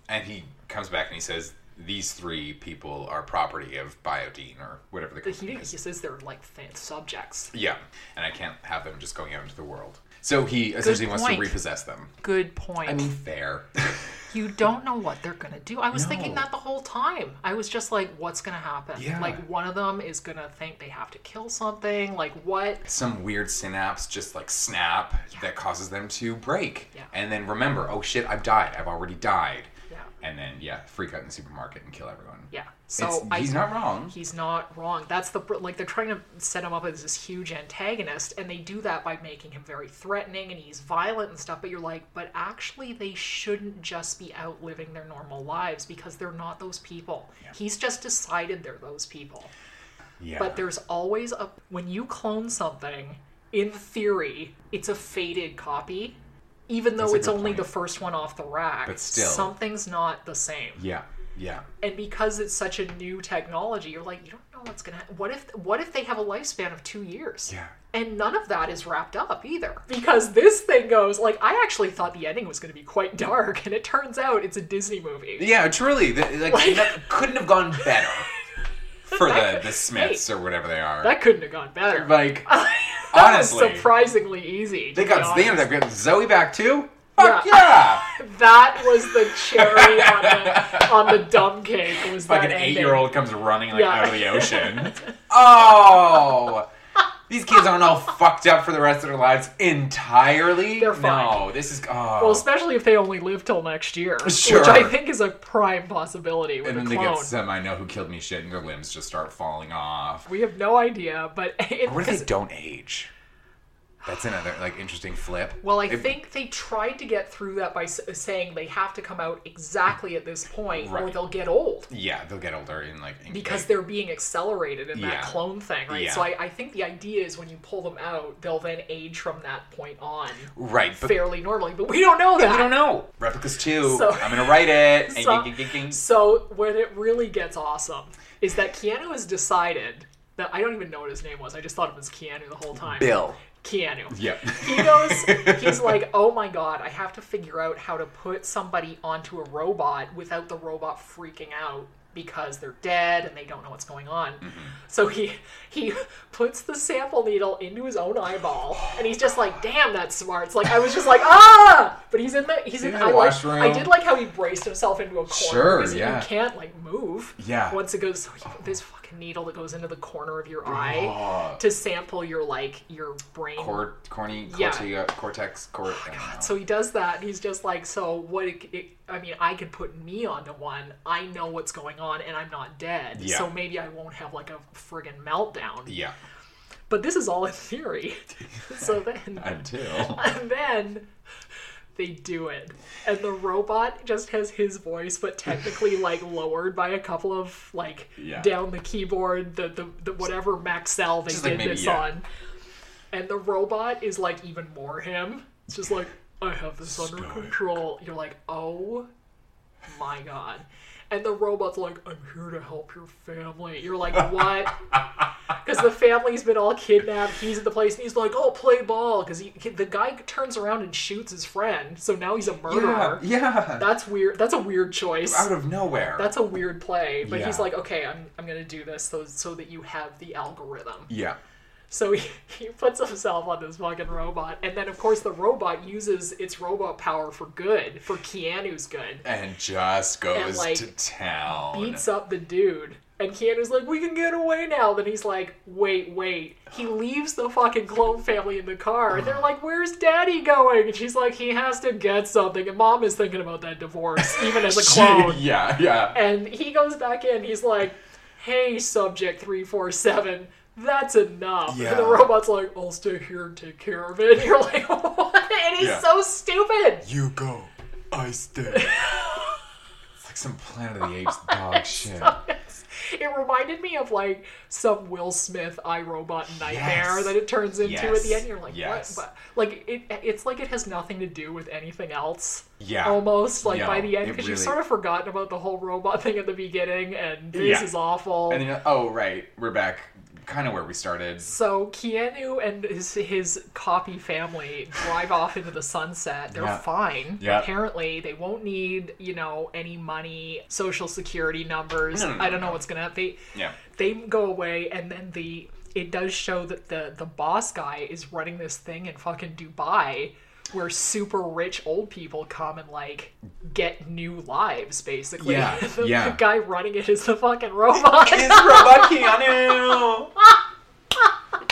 And he comes back and he says, These three people are property of Biodean or whatever the He, company he is. says they're like fan subjects. Yeah, and I can't have them just going out into the world. So he essentially wants to point. repossess them. Good point. I mean, fair. you don't know what they're gonna do. I was thinking No. that the whole time. I was just like, what's gonna happen? Yeah. Like one of them is gonna think they have to kill something. Like what? Some weird synapse just like snap that causes them to break. Yeah. And then remember, oh shit, I've died. I've already died. Yeah. And then, yeah, freak out in the supermarket and kill everyone. Yeah. So It's- I, he's not wrong. He's not wrong. That's the like they're trying to set him up as this huge antagonist, and they do that by making him very threatening and he's violent and stuff. But you're like, but actually, they shouldn't just be out living their normal lives because they're not those people. He's just decided they're those people. yeah. But there's always a when you clone something. In theory, it's a faded copy, even though a it's good only point. the first one off the rack. But still. something's not the same Yeah, yeah. and because it's such a new technology you're like you don't know what's gonna happen what if what if they have a lifespan of two years Yeah. and none of that is wrapped up either because this thing goes like i actually thought the ending was gonna be quite dark and it turns out it's a disney movie Yeah, truly. The, like, Like- that couldn't have gone better for the, That- the Smiths or whatever they are. that couldn't have gone better like, That was honestly. surprisingly easy to They be got they honest. ended up getting Zoe back too. Fuck Yeah. yeah! that was the cherry on the on the dumb cake was like that an ending. eight year old comes running like Yeah. out of the ocean. oh, these kids aren't all fucked up for the rest of their lives entirely. They're fine. No, this is oh. well, especially if they only live till next year, Sure. which I think is a prime possibility with and then a they clone. get some. I know who killed me. Shit, and their limbs just start falling off. We have no idea, but it, What if they don't age? That's another like interesting flip. well, I If- think they tried to get through that by s- saying they have to come out exactly at this point, or Right. they'll get old yeah, they'll get older in like in- because like- they're being accelerated in Yeah. that clone thing, right? Yeah. So I, I think the idea is when you pull them out, they'll then age from that point on right. But fairly normally, but we don't know that. I don't know. Replicas two. So- I'm gonna write it. So- Ging, ging, ging, ging. So when it really gets awesome is that Keanu has decided that I don't even know what his name was. I just thought it was Keanu the whole time. Bill. Keanu. Yep. He goes, he's like, oh my god, I have to figure out how to put somebody onto a robot without the robot freaking out because they're dead and they don't know what's going on. Mm-hmm. So he he puts the sample needle into his own eyeball and he's just like, damn, that's smart. It's like I was just like, ah but he's in the he's in Yeah, I like, washroom. I did like how he braced himself into a corner Sure, because yeah. you can't like move. Yeah. Once it goes so you put this fucking needle that goes into the corner of your eye to sample your like your brain Cor- corny, Yeah. Oh, corti- uh, cortex, cort. I don't know. so he does that, and he's just like, so what? It, it, I mean, I could put me onto one. I know what's going on, and I'm not dead. Yeah. So maybe I won't have like a friggin' meltdown. yeah, But this is all in theory. so then, until and then they do it, and the robot just has his voice, but technically like lowered by a couple of like Yeah. down the keyboard, the the, the whatever Maxell they Just, like, did maybe, this yeah. on, and the robot is like even more him. It's just like I have this under control. You're like, oh my god. And the robot's like, I'm here to help your family. You're like, what? Because the family's been all kidnapped. He's at the place, and he's like, "Oh, play ball." Because the guy turns around and shoots his friend, so now he's a yeah, murderer. yeah, That's weird. That's a weird choice. out of nowhere. That's a weird play. But he's Yeah. like, "Okay, I'm I'm gonna do this so so that you have the algorithm." yeah, So he, he puts himself on this fucking robot, and then of course the robot uses its robot power for good, for Keanu's good. and just goes like, to town. beats up the dude. And Keanu's like, we can get away now. Then he's like, wait, wait. He leaves the fucking clone family in the car. And they're like, where's daddy going? And she's like, he has to get something. And mom is thinking about that divorce, even as a clone. yeah, yeah. And he goes back in. He's like, hey, Subject 347, that's enough. Yeah. And the robot's like, I'll stay here and take care of it. And you're like, what? And he's Yeah. so stupid. You go, I stay. it's like some Planet of the Apes dog shit. It reminded me of like some Will Smith iRobot nightmare Yes. that it turns into at the Yes. end. You're like, Yes. what? But, like it, it's like it has nothing to do with anything else. Yeah. Almost like No, by the end, it because you've really- sort of forgotten about the whole robot thing at the beginning, and this Yeah. is awful. And then you're- oh right, we're back, kind of where we started. so Keanu and his, his copy family drive off into the sunset. They're Yeah. fine. Yeah. Apparently, they won't need you know any money, social security numbers. No, no, no, I don't know no. what's gonna happen. Yeah. they go away and then the it does show that the the boss guy is running this thing in fucking dubai where super rich old people come and like get new lives basically Yeah, the, yeah. the guy running it is the fucking robot It's Robot Keanu.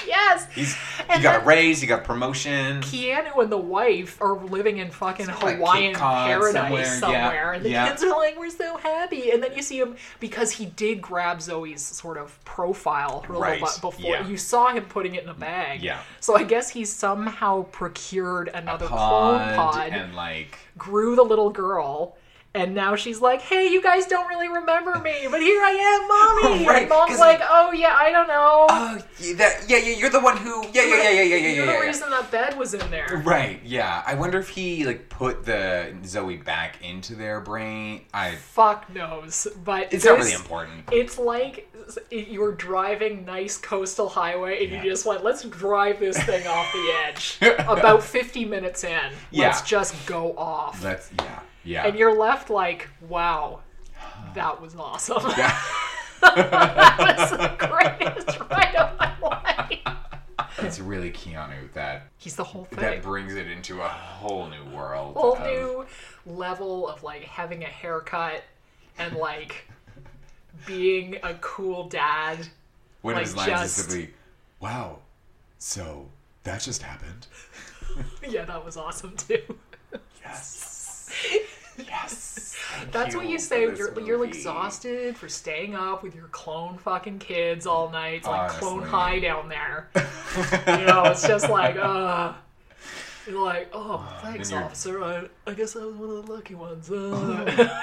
yes He's, And he got a then- raise. He got promotion. Keanu and the wife are living in fucking like Cape Hawaiian Cod paradise somewhere, somewhere, yeah, and the yeah. kids are like, "We're so happy." And then you see him because he did grab Zoe's sort of profile her Right, robot before yeah. you saw him putting it in a bag. Yeah. So I guess he somehow procured another Pod, clone pod, and like grew the little girl. And now she's like, "Hey, you guys don't really remember me, but here I am, mommy." Right, and mom's 'cause- like, "Oh yeah, I don't know. oh yeah, that, yeah yeah you're the one who yeah Oh, yeah yeah yeah yeah yeah You're yeah, the yeah, reason that bed was in there." yeah. right yeah I wonder if he like put the Zoe back into their brain I fuck knows. But it's not this- really important It's like s- you're driving nice coastal highway, and Yeah. you just went, "Let's drive this thing off the edge." About 50 minutes in, let's Yeah. just go off, that's yeah yeah and you're left like, "Wow, that was awesome. Yeah. that was the greatest ride of my life." it's really Keanu that He's the whole thing. that um, brings it into a whole new world whole of- new level of like having a haircut and like being a cool dad. one of his like, lines just- is simply wow so that just happened Yeah, that was awesome too. yes yes Thank That's what you for say. this You're you're movie. exhausted for staying up with your clone fucking kids all night. It's like clone Honestly. high down there. you know, it's just like, uh you're like, oh, thanks, Uh, you're- officer. I, I guess I was one of the lucky ones. Uh.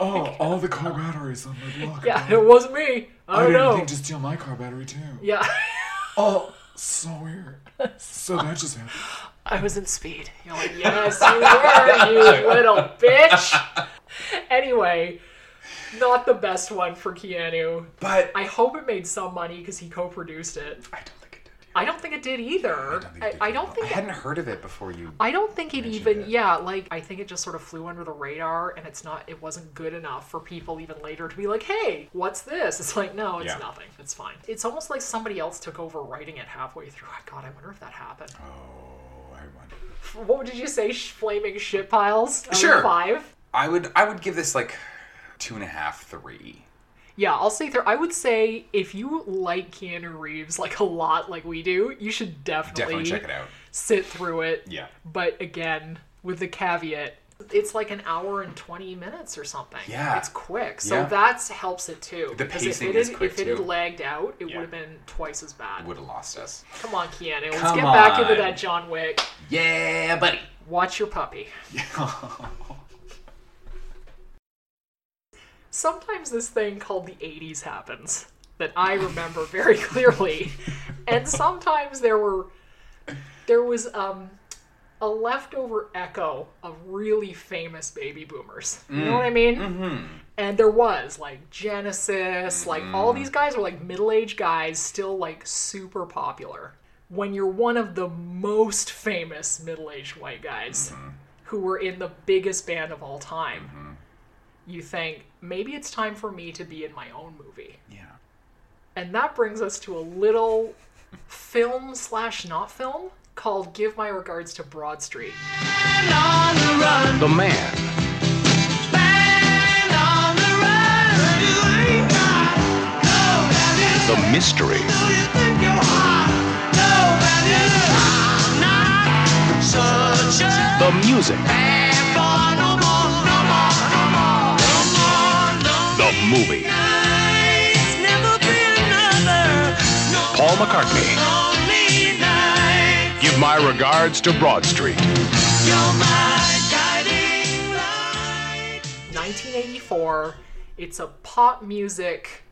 oh all the car batteries on my block yeah, it was me. I don't know. to steal my car battery too yeah, Oh, so weird. So that just happened. I was in speed. You're like, yes, you were, you little bitch. Anyway, not the best one for Keanu. But I, I hope it made some money because he co-produced it. don't think it did. I don't think it did either. I, I don't think I hadn't heard of it before you. I don't think it mentioned even it. yeah, like I think it just sort of flew under the radar and it's not it wasn't good enough for people even later to be like, "Hey, what's this?" It's like, "No, it's Yeah. nothing. It's fine." It's almost like somebody else took over writing it halfway through. God, I wonder if that happened. Oh, I wonder. What did you say? sh- Flaming shit piles? out of Sure. Five. I would I would give this like two and a half, three. Yeah, I'll say there. I would say if you like Keanu Reeves like a lot, like we do, you should definitely Definitely check it out. Sit through it. Yeah. But again, with the caveat, it's like an hour and twenty minutes or something. Yeah. It's quick, so Yeah. that's helps it too. The because if pacing it is had- quick, If it had too. lagged out, it Yeah. would have been twice as bad. Would have lost us. Come on, Keanu. Let's Come get back into on. that John Wick. Yeah, buddy. Watch your puppy. Sometimes this thing called the 80s happens that I remember very clearly. And sometimes there were there was um a leftover echo of really famous baby boomers. You know what I mean? And there was like Genesis, like all these guys were like middle-aged guys still like super popular. When you're one of the most famous middle-aged white guys who were in the biggest band of all time, you think maybe it's time for me to be in my own movie. Yeah. And that brings us to a little film slash not film called Give My Regards to Broad Street. The man. The mystery. The music. The movie. Paul McCartney. Give my regards to Broad Street. 1984. It's a pop music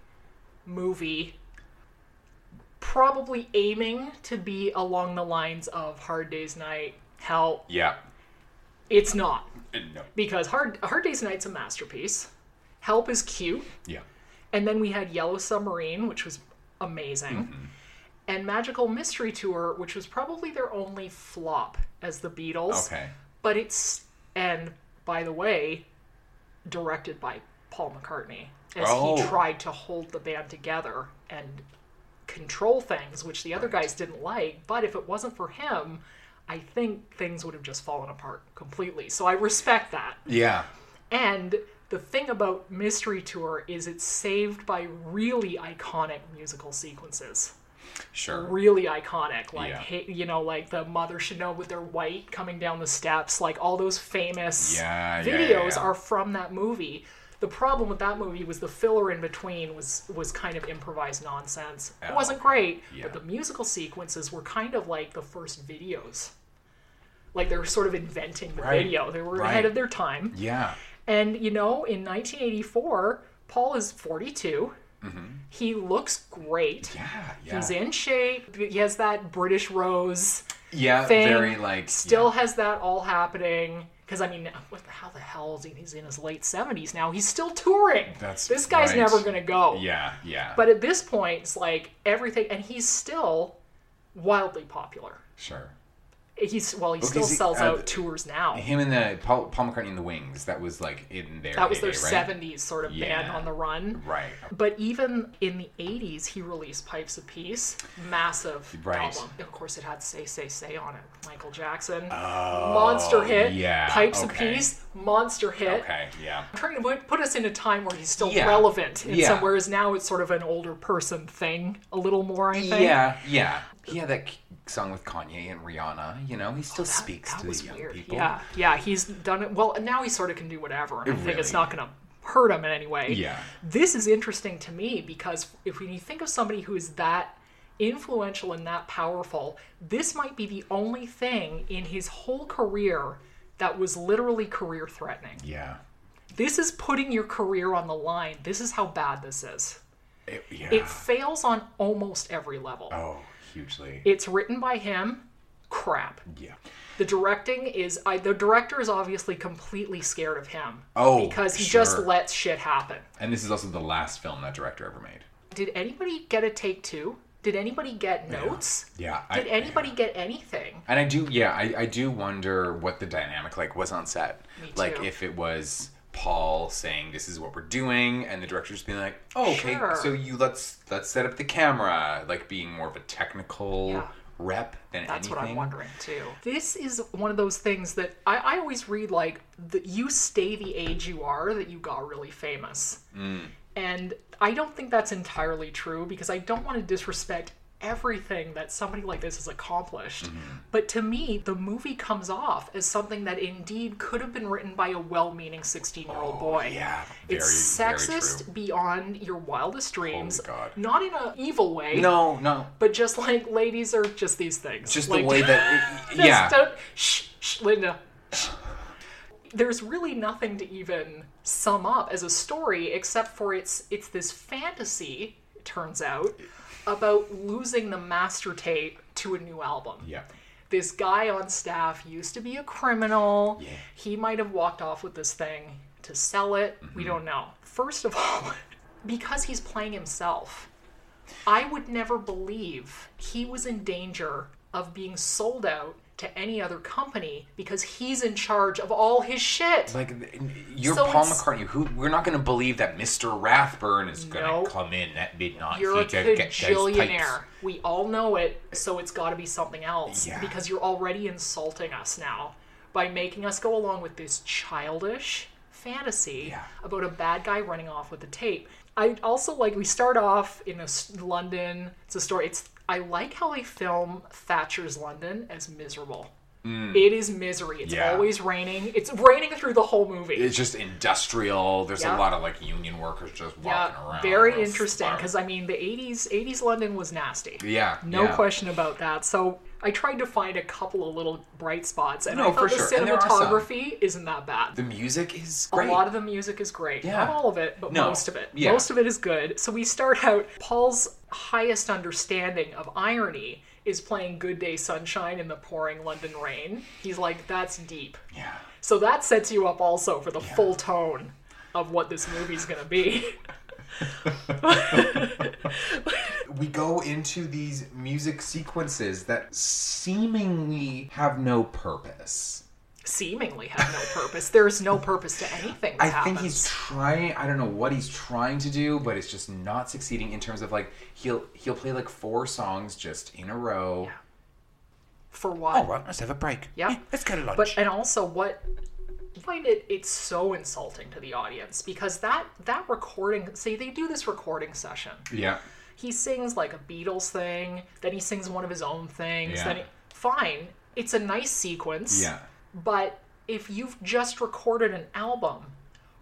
movie, probably aiming to be along the lines of Hard Day's Night. Hell, Yeah. it's not. Uh, No. Because Hard, Hard Day's Night's a masterpiece. Help is cute. Yeah. And then we had Yellow Submarine, which was amazing, Mm-hmm. and Magical Mystery Tour, which was probably their only flop as the Beatles. Okay. But it's, and by the way, directed by Paul McCartney as he Oh. tried to hold the band together and control things, which the other guys didn't like. But if it wasn't for him, I think things would have just fallen apart completely. So I respect that. Yeah. And the thing about Mystery Tour is it's saved by really iconic musical sequences. Sure. Really iconic, like Yeah. hey, you know, like the mother should know with their white coming down the steps, like all those famous Yeah, videos yeah, yeah, yeah. are from that movie. The problem with that movie was the filler in between was was kind of improvised nonsense. It Oh, wasn't great, yeah. but the musical sequences were kind of like the first videos. Like they were sort of inventing the Right, video. They were right. ahead of their time. Yeah. And you know, in 1984, Paul is 42. He looks great. Mm-hmm. Yeah. Yeah. He's in shape. He has that British rose yeah. thing. Very like still has that all happening. Because I mean, what the, how the hell is he? He's in his late 70s now. He's still touring. That's this guy's right. never gonna go. Yeah. Yeah. yeah. But at this point, it's like everything, and he's still wildly popular. sure. He's well, he Okay, still is he- sells uh, out tours now. Him and the Paul, Paul McCartney and the Wings. That was like in their. That was their heyday, right? 70s sort of band Yeah. on the run. Right. But even in the 80s, he released Pipes of Peace, massive Right. album. Of course, it had Say, Say, Say on it with Michael Jackson. monster hit. Oh, yeah, Pipes okay. of Peace, monster hit. Okay. Yeah. I'm trying to put- put us in a time where he's still Yeah. relevant in Yeah. some, whereas now it's sort of an older person thing a little more, I think. Yeah, yeah, yeah. That k- song with Kanye and Rihanna. You know, he still speaks Oh, That to was the young weird. people. Yeah, yeah, he's done it. Well, now he sort of can do whatever. and I think it's really- not going to hurt him in any way. Yeah. This is interesting to me because if when you think of somebody who is that influential and that powerful, this might be the only thing in his whole career that was literally career threatening. Yeah. This is putting your career on the line. This is how bad this is. It- yeah. It fails on almost every level. Ah. oh, hugely. It's written by him. Crap. yeah. The directing is I, the director is obviously completely scared of him. Oh, because he sure. just lets shit happen. And this is also the last film that director ever made. Did anybody get a take two? Did anybody get notes? Yeah. I- Did anybody get anything? And I do, yeah, I, I do wonder what the dynamic like was on set. Me Like too. if it was Paul saying this is what we're doing, and the director's being like, oh, okay, Sure. so you let's let's set up the camera, like being more of a technical Yeah. rep than That's anything. what I'm wondering too. This is one of those things that I, I always read like that you stay the age you are that you got really famous. Mm. And I don't think that's entirely true because I don't want to disrespect everything that somebody like this has accomplished. Mm-hmm. But to me, the movie comes off as something that indeed could have been written by a well meaning 16 year old boy. Oh, Yeah, very, It's Very sexist true. beyond your wildest dreams. God. Not in an evil way. No, no, But just like ladies are just these things. just Like, the way that, it, just yeah, Don't, shh, shh, Linda. shh. There's really nothing to even sum up as a story except for it's it's this fantasy. It turns out about losing the master tape to a new album. yeah, This guy on staff used to be a criminal. Yeah. He might have walked off with this thing to sell it. We don't know. First of all, because he's playing himself, I would never believe he was in danger of being sold out to any other company because he's in charge of all his shit. like you're So Paul it's- McCartney. Who we're not going to believe that Mr. Rathburn is going No. to come in at midnight. You're a to get those pipes. bajillionaire. We all know it, so it's got to be something else Yeah. because you're already insulting us now by making us go along with this childish fantasy Yeah. about a bad guy running off with the tape. I also like we start off in a s- London. It's a story. It's I like how they film Thatcher's London as miserable. It is misery. It's Mm. Yeah. always raining. It's raining through the whole movie. It's just industrial. There's Yeah. a lot of like union workers just walking yeah, around. very Those interesting fire- because I mean the 80s 80s London was nasty. yeah, No yeah. question about that. So I tried to find a couple of little bright spots, and No, I thought for the sure. And there are some. cinematography isn't that bad. The music is a great. lot of the music is great. Yeah. Not all of it, but No. most of it. Yeah. Most of it is good. So we start out Paul's highest understanding of irony is playing Good Day Sunshine in the pouring London rain. He's like, that's deep. yeah. So that sets you up also for the full tone of what this movie's gonna be. We go into these music sequences that seemingly have no purpose. Seemingly have no purpose. There's no purpose to anything. That I happens. think he's trying. I don't know what he's trying to do, but it's just not succeeding in terms of like he'll he'll play like four songs just in a row. for what? All right, let's have a break. Yeah. let's go to lunch. But and also what I find it it's so insulting to the audience because that that recording see they do this recording session. yeah, He sings like a Beatles thing, then he sings one of his own things, Yeah. then he, fine. It's a nice sequence. yeah. But if you've just recorded an album,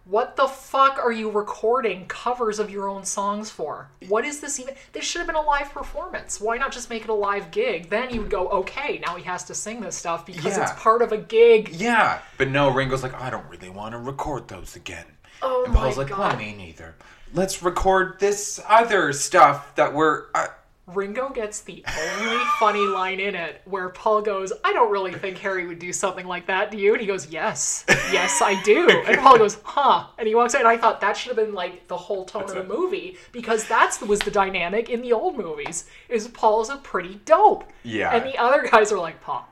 what the fuck are you recording covers of your own songs for? What is this even? This should have been a live performance. Why not just make it a live gig? Then you would go, okay, now he has to sing this stuff because Yeah. it's part of a gig. Yeah, but no, Ringo's like, I don't really want to record those again. Oh and Paul's my like, God. well, me neither. Let's record this other stuff that we're. Uh, Ringo gets the only funny line in it where Paul goes, I don't really think Harry would do something like that, do you? And he goes, Yes, yes, I do. And Paul goes, Huh. And he walks out, and I thought that should have been like the whole tone of the it. movie because that's was the dynamic in the old movies is Paul's a pretty dope. Yeah. And the other guys are like, Paul,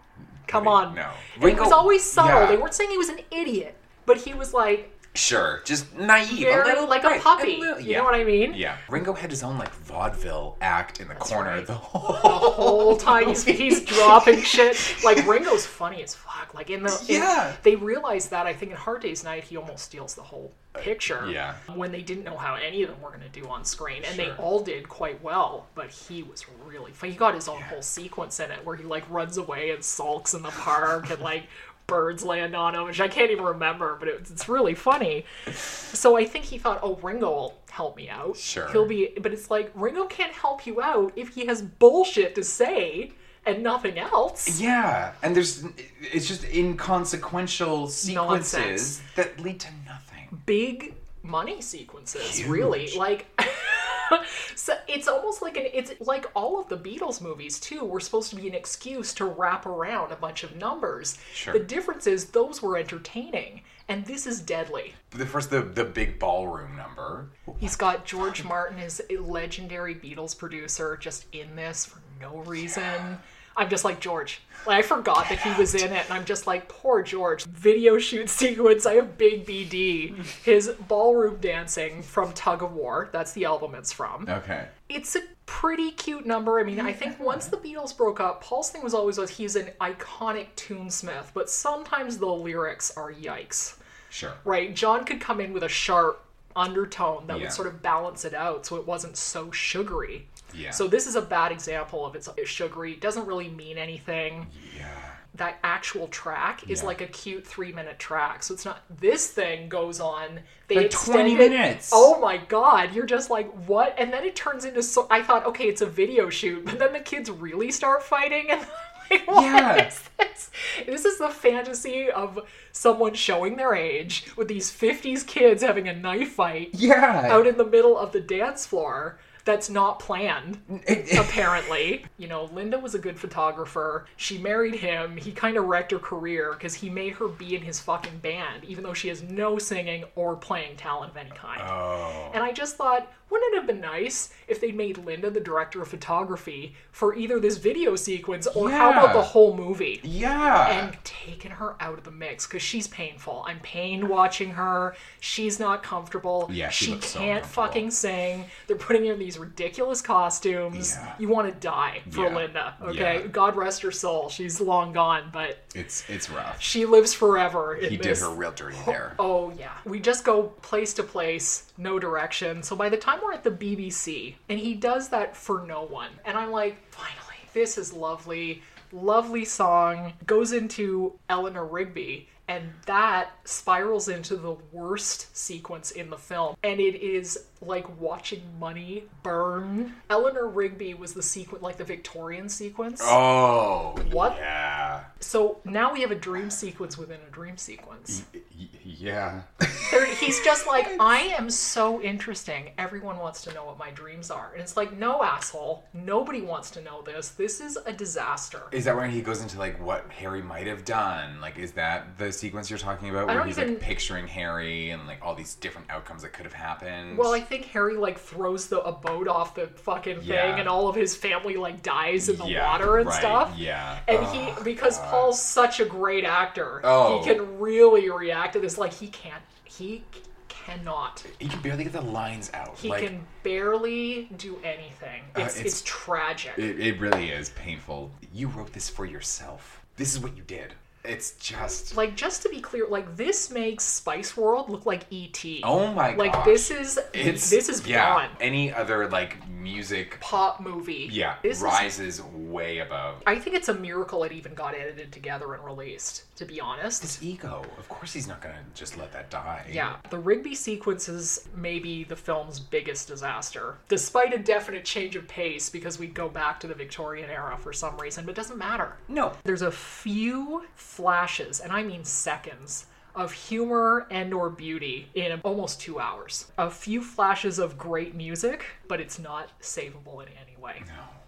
come on. no. And he was Ringo- always subtle. yeah. They weren't saying he was an idiot, but he was like, sure, just naive. Very a little, like a right, puppy, little- you know what I mean? Yeah. Ringo had his own, like, vaudeville act in the corner right. the whole. whole time he's, he's dropping shit. Like Ringo's funny as fuck. Like in the in- Yeah. they realized that I think in Hard Day's Night he almost steals the whole picture. yeah. when they didn't know how any of them were gonna do on screen, and Sure. they all did quite well. But he was really funny. He got his own whole sequence in it where he like runs away and sulks in the park and like. Birds land on him, which I can't even remember, but it's it's really funny. So I think he thought, oh, Ringo will help me out. Sure. He'll be, but it's like Ringo can't help you out if he has bullshit to say and nothing else. Yeah, and there's. It's just inconsequential sequences Nonsense. that lead to nothing. Big money sequences, really. Like, so it's almost like an, it's like all of the Beatles movies too were supposed to be an excuse to wrap around a bunch of numbers. Sure. The difference is those were entertaining. and this is deadly. The first, the the big ballroom number. He's got George Martin, his legendary Beatles producer, just in this for no reason. I'm just like George. Like I forgot that he was in it, and I'm just like, poor George. Video shoot sequence. I have big BD. His ballroom dancing from Tug of War. That's the album it's from. Okay. It's a pretty cute number. I mean, I think once the Beatles broke up, Paul's thing was always was he's an iconic tunesmith, but sometimes the lyrics are yikes. Sure. Right? John could come in with a sharp undertone that Yeah. would sort of balance it out so it wasn't so sugary. Yeah. So this is a bad example of it's it's sugary. It doesn't really mean anything. Yeah. That actual track is Yeah. like a cute three minute track. So it's not this thing goes on. They For 20 extend it- minutes. Oh my god! You're just like what? And then it turns into so. I thought okay, it's a video shoot, but then the kids really start fighting and. I'm Like, what Yeah. is this? This is the fantasy of someone showing their age with these 50s kids having a knife fight Yeah. out in the middle of the dance floor that's not planned apparently you know linda was a good photographer she married him he kind of wrecked her career because he made her be in his fucking band even though she has no singing or playing talent of any kind Oh. and i just thought wouldn't it have been nice if they'd made linda the director of photography for either this video sequence or how Yeah. about the whole movie yeah. and taken her out of the mix because she's painful. I'm pained watching her. She's not comfortable. Yeah, she looks so can't uncomfortable. fucking sing. They're putting her in these ridiculous costumes. Yeah. You want to die for Yeah. Linda, okay? Yeah. God rest her soul. She's long gone, but it's it's rough. she lives forever. in he did this. her real dirty there. Oh yeah. We just go place to place, no direction. So by the time we're at the BBC, and he does that for no one. And I'm like, finally, this is lovely. Lovely song goes into Eleanor Rigby, and that spirals into the worst sequence in the film. And it is like watching money burn. Eleanor Rigby was the sequence, like the Victorian sequence. Oh. What? Yeah. So now we have a dream sequence within a dream sequence. Y- yeah. They're- he's just like, I am so interesting. Everyone wants to know what my dreams are. And it's like, no, asshole. Nobody wants to know this. This is a disaster. Is that when he goes into like what Harry might have done? Like, is that the sequence you're talking about, where don't he's even- like picturing Harry and like all these different outcomes that could have happened? Well, I think Harry like throws the a boat off the fucking Yeah. thing, and all of his family like dies in the Yeah, water and right, stuff. yeah. and he because Paul's such a great actor, Oh. he can really react to this. Like he can't, he c- cannot. he can barely get the lines out. He like, Uh, can barely do anything. It's it's, it's- tragic. It, it really is painful. You wrote this for yourself. This is what you did. It's just. like just to be clear like this makes spice world look like et Oh my like gosh. this is It's this is yeah. beyond Any other like music, pop movie yeah, this is rises way above. i think it's a miracle it even got edited together and released to be honest His ego. Of course, he's not gonna just let that die. yeah the rigby sequence is maybe the film's biggest disaster despite a definite change of pace because we go back to the victorian era for some reason but it doesn't matter No. there's a few flashes and i mean seconds of humor and or beauty in almost two hours a few flashes of great music but it's not savable in any way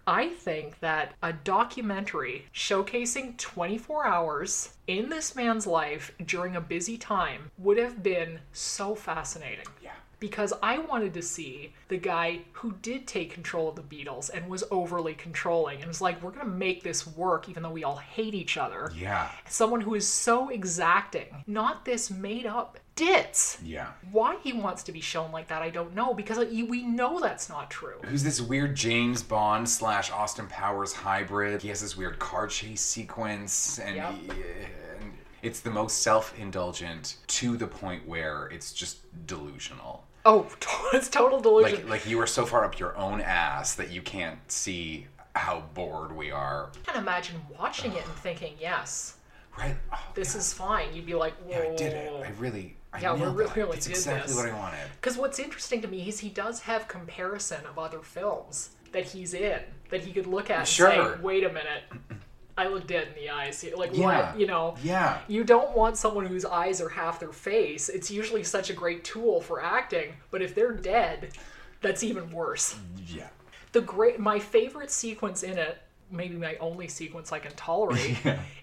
i think that a documentary showcasing 24 hours in this man's life during a busy time would have been so fascinating Yeah. because I wanted to see the guy who did take control of the Beatles and was overly controlling and was like, we're going to make this work even though we all hate each other. Yeah. Someone who is so exacting, not this made up ditz. Yeah. Why he wants to be shown like that, I don't know, because you- we know that's not true. Who's this weird James Bond slash Austin Powers hybrid? He has this weird car chase sequence, and, Yep. he- and it's the most self indulgent to the point where it's just delusional. Oh, it's total delusion. Like, like you are so far up your own ass that you can't see how bored we are. I can imagine watching it and thinking, yes, Right? Oh, this is fine. You'd be like, whoa. yeah, I did it. I really, I Yeah, we nailed re- that. really It's did exactly this. what I wanted. Because what's interesting to me is he does have comparison of other films that he's in that he could look at and Sure. say, "Wait a minute, I look dead in the eyes." here." Like Yeah. what you know? Yeah. You don't want someone whose eyes are half their face. It's usually such a great tool for acting, but if they're dead, that's even worse. Yeah. The great, my favorite sequence in it maybe my only sequence I can tolerate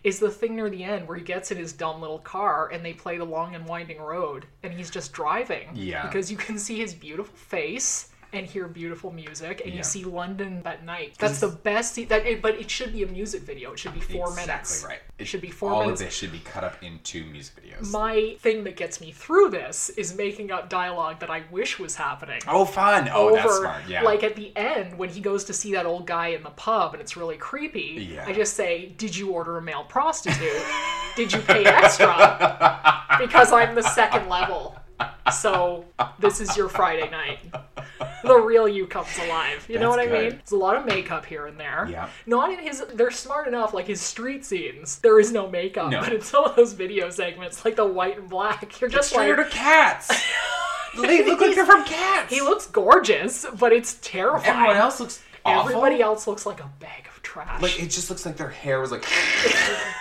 is the thing near the end where he gets in his dumb little car and they play the long and winding road and he's just driving. Yeah. Because you can see his beautiful face and hear beautiful music and Yeah. you see London at night. That's the best se- that it, but it should be a music video. It should be 4 exactly minutes. right. It should be 4 all minutes. of this should be cut up into music videos. My thing that gets me through this is making up dialogue that I wish was happening. oh, fun! Oh, over, that's smart. Yeah. like at the end when he goes to see that old guy in the pub and it's really creepy. Yeah. I just say, "Did you order a male prostitute? Did you pay extra?" Because I'm the second level, so this is your Friday night. The real you comes alive. You know That's what I good. mean? It's a lot of makeup here and there. Yeah. Not in his. They're smart enough. Like his street scenes, there is no makeup. No. But in some of those video segments, like the white and black, you're just like, Straight to cats. they look like they're from cats. he looks gorgeous, but it's terrifying. Everyone else looks awful. Everybody else looks like a bag of trash. Like it just looks like their hair was like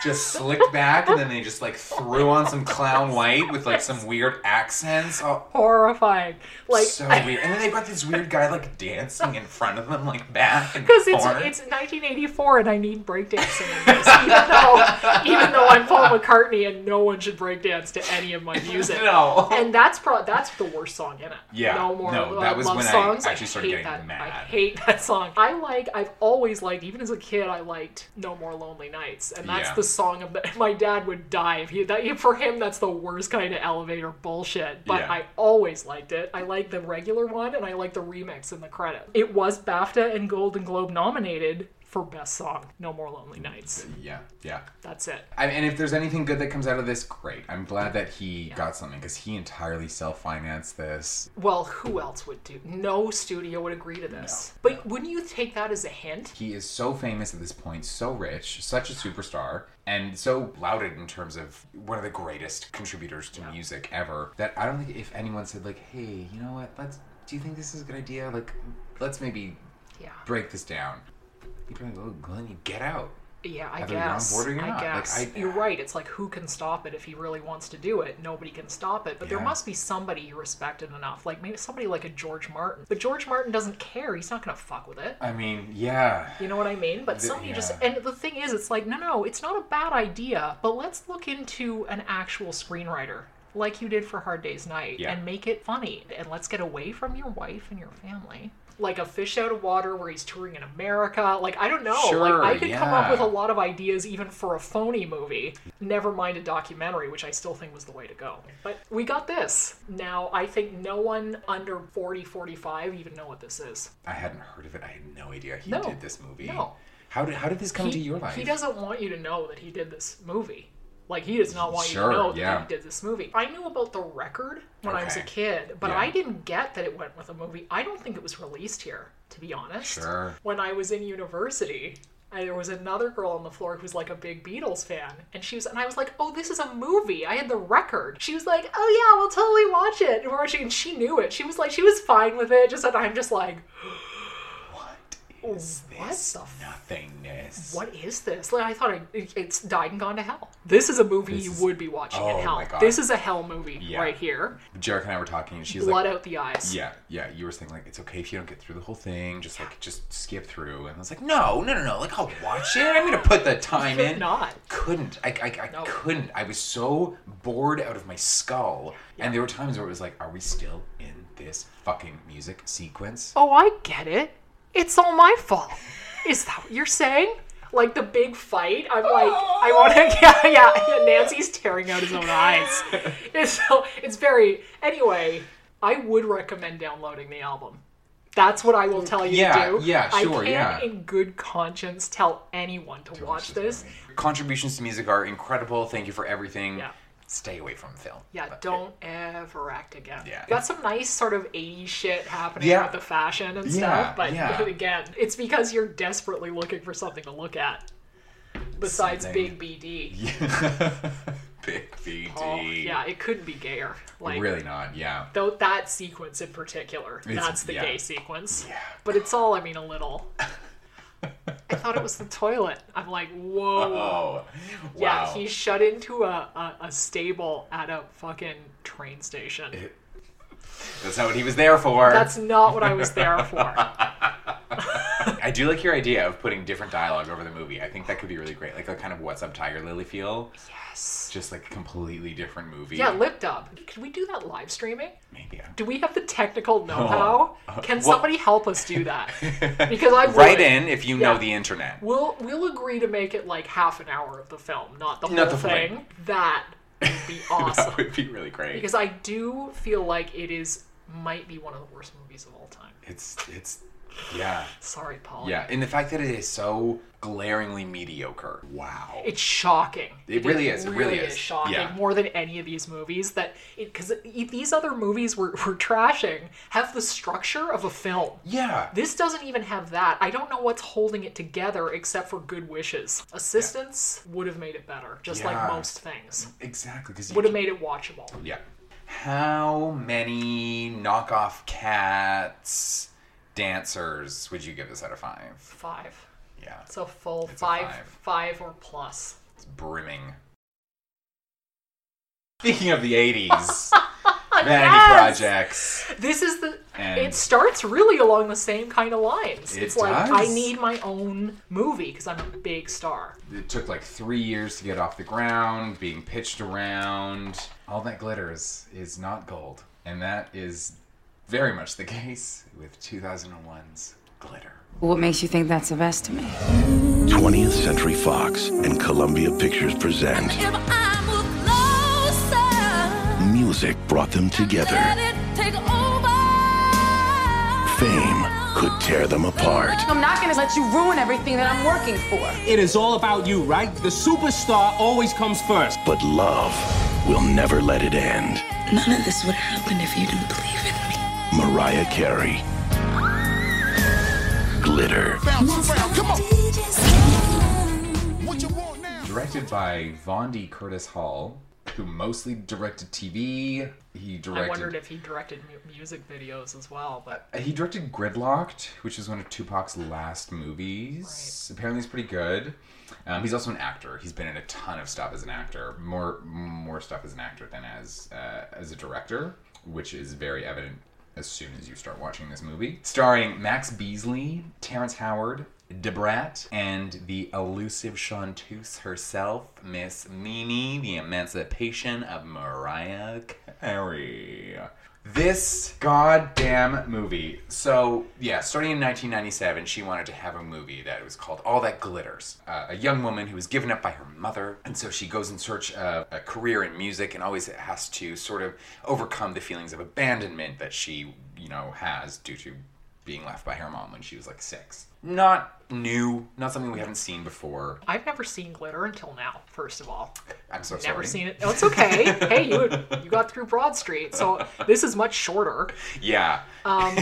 just slicked back, and then they just like threw on some clown white with like some weird accents. Oh, horrifying. Like so weird. And then they brought this weird guy like dancing in front of them like back and because it's forth. it's 1984 and I need breakdancing in this, even though even though I'm Paul McCartney and no one should breakdance to any of my music. No. And that's pro- that's the worst song in it. Yeah. No more No, uh, that was love when I songs. actually started hate that. getting mad. I hate that song. I like I've always liked even as a kid I liked No More Lonely Nights and that's Yeah. the song of the my dad would die if he that for him that's the worst kind of elevator bullshit but Yeah. I always liked it. I like the regular one and I like the remix in the credit. It was BAFTA and Golden Globe nominated for best song No More Lonely Nights. yeah, yeah. That's it. I, and if there's anything good that comes out of this, great. I'm glad that he got something because he entirely self-financed this. Well, who else would do? No studio would agree to this. But wouldn't you take that as a hint? He is so famous at this point, so rich, such a superstar, and so lauded in terms of one of the greatest contributors to music ever. That I don't think if anyone said like, "Hey, you know what? Let's. Do you think this is a good idea? Like, let's maybe Yeah. break this down." You'd probably go, "Oh, Glenn, you get out." Yeah, I Either you're on guess. board or you're I not. Like, guess I- you're right. It's like who can stop it if he really wants to do it? Nobody can stop it. But there Yeah. must be somebody you respected enough, like maybe somebody like a George Martin. But George Martin doesn't care. He's not gonna fuck with it. I mean, yeah. You know what I mean? But The- somebody just yeah. and the thing is, it's like no, no, it's not a bad idea. But let's look into an actual screenwriter. Like you did for Hard Day's Night, Yeah. and make it funny. And let's get away from your wife and your family. Like a fish out of water where he's touring in America. Like, I don't know. Sure, like, I could come up with a yeah. lot of ideas even for a phony movie, never mind a documentary, which I still think was the way to go. But we got this. Now, I think no one under 40, 45 even know what this is. I hadn't heard of it. I had no idea he No, did this movie. no. How did how did this come he, into your life? he doesn't want you to know that he did this movie. Like he does not want Sure, you to know yeah. that he did this movie. I knew about the record when I was a Okay. kid, but Yeah. I didn't get that it went with a movie. I don't think it was released here, to be honest. Sure. When I was in university, I, there was another girl on the floor who was like a big Beatles fan, and she was, and I was like, "Oh, this is a movie." I had the record. She was like, "Oh yeah, we'll totally watch it." And we're watching, and she knew it. She was like, she was fine with it. Just, and I'm just like, What is what this the f- nothingness? what is this? Like I thought I, it- it's died and gone to hell. This is a movie This you is- would be watching Oh in hell. my God. This is a hell movie Yeah. right here. Jarek and I were talking, and she's Blood like, out the eyes. "Yeah, yeah." You were saying like, "It's okay if you don't get through the whole thing. Just like, just skip through." And I was like, "No, no, no, no! Like, I'll watch it. I'm gonna put the time Could in." not. Couldn't. I, I, I No. couldn't. I was so bored out of my skull. And there were times where it was like, "Are we still in this fucking music sequence?" Oh, I get it. It's all my fault. Is that what you're saying? Like the big fight, I'm like, I want to, Oh. yeah, yeah. Nancy's tearing out his own eyes. It's so, it's very. Anyway, I would recommend downloading the album. That's what I will tell you Yeah, to do. yeah, I sure, can't, yeah. in good conscience, tell anyone to, watch this. Contributions to music are incredible. Thank you for everything. Yeah. Stay away from film. Yeah, But- don't ever act again. Yeah. Got some nice sort of 80s shit happening Yeah. with the fashion and Yeah, stuff, but yeah. again, it's because you're desperately looking for something to look at besides Something. Big BD. Big BD. Oh, yeah, it couldn't be gayer. Like, really not. Yeah. Though that sequence in particular, It's- that's the yeah. gay sequence. Yeah. But it's all, I mean, a little. I thought it was the toilet. I'm like, whoa. Oh, wow. Yeah, he's shut into a, a, a stable at a fucking train station. That's not what he was there for. That's not what I was there for. I do like your idea of putting different dialogue over the movie. I think that could be really great. Like a kind of "What's Up, Tiger Lily" feel. Yes. Just like a completely different movie. Yeah, lip dub. Could we do that live streaming? Maybe. yeah. Do we have the Oh, technical know-how? uh, Can somebody help us do that? Because I would. Write in if you know Yeah. the internet. We'll we'll agree to make it like half an hour of the film, not the whole Not the whole thing. That would be awesome. That would be really great. Because I do feel like it is might be one of the worst movies of all time. it's it's yeah Sorry, Paul. yeah, and the fact that it is so glaringly mediocre. Wow. It's shocking. It really is. It really is. shocking. Yeah. More than any of these movies that because these other movies we're, we're trashing have the structure of a film. yeah. This doesn't even have that. I don't know what's holding it together except for good wishes. Assistance would have made it better, just like Yeah. most things. exactly. Because Would have made it watchable. Yeah. How many knockoff cats dancers would you give this out of five? Five. Yeah. It's a full It's a five, five. five or plus. It's brimming. Speaking of the 80s, Vanity Yes! Projects. This is the. And- it starts really along the same kind of lines. It it's like I does. need my own movie because I'm a big star. It took like three years to get off the ground, being pitched around. All that glitters is not gold. And that is very much the case with 2001's Glitter. What makes you think that's the best of me? 20th Century Fox and Columbia Pictures present If I move closer, music brought them together. let it take over. Fame could tear them apart. I'm not gonna let you ruin everything that I'm working for. It is all about you, right? The superstar always comes first. But love will never let it end. None of this would happen if you didn't believe in me. Mariah Carey. Glitter. Directed by Vondi Curtis Hall, who mostly directed TV. He directed. I wondered if he directed mu- music videos as well, but Uh, He directed Gridlocked, which is one of Tupac's last movies. Apparently, it's pretty good. Um, he's also an actor. He's been in a ton of stuff as an actor, more more stuff as an actor than as uh, as a director, which is very evident as soon as you start watching this movie. Starring Max Beasley, Terrence Howard, Debrat, and the elusive Chanteuse herself, Miss Mimi, the Emancipation of Mariah Carey. This goddamn movie. So, yeah, starting in 1997, she wanted to have a movie that was called All That Glitters. Uh, a young woman who was given up by her mother, and so she goes in search of a career in music and always has to sort of overcome the feelings of abandonment that she, you know, has due to being left by her mom when she was like six. Not new, not something we haven't seen before. I've never seen Glitter until now. First of all, I'm so sorry. never seen it. No, it's okay. hey, you you got through Broad Street, so this is much shorter. Yeah, Um,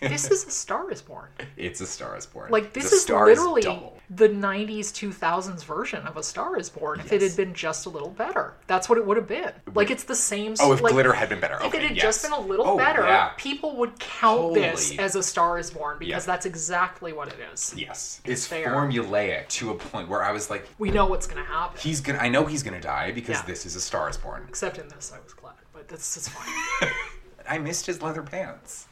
this is a Star Is Born. it's a Star Is Born. Like this The is star literally double. the '90s, 2000s version of A Star Is Born. If it Yes. had been just a little better, that's what it would have been. Like it's the same. Oh, if like, glitter had been better. If it Okay, had yes. just been a little Oh, better, yeah. people would count this Holy. as A Star Is Born because Yeah. that's exactly what it is. Yes, it's Fair. formulaic to a point where I was like, We know what's gonna happen. he's gonna. I know he's gonna die because Yeah. this is a Star Is Born. Except in this, I was glad, but this is fine. I missed his leather pants.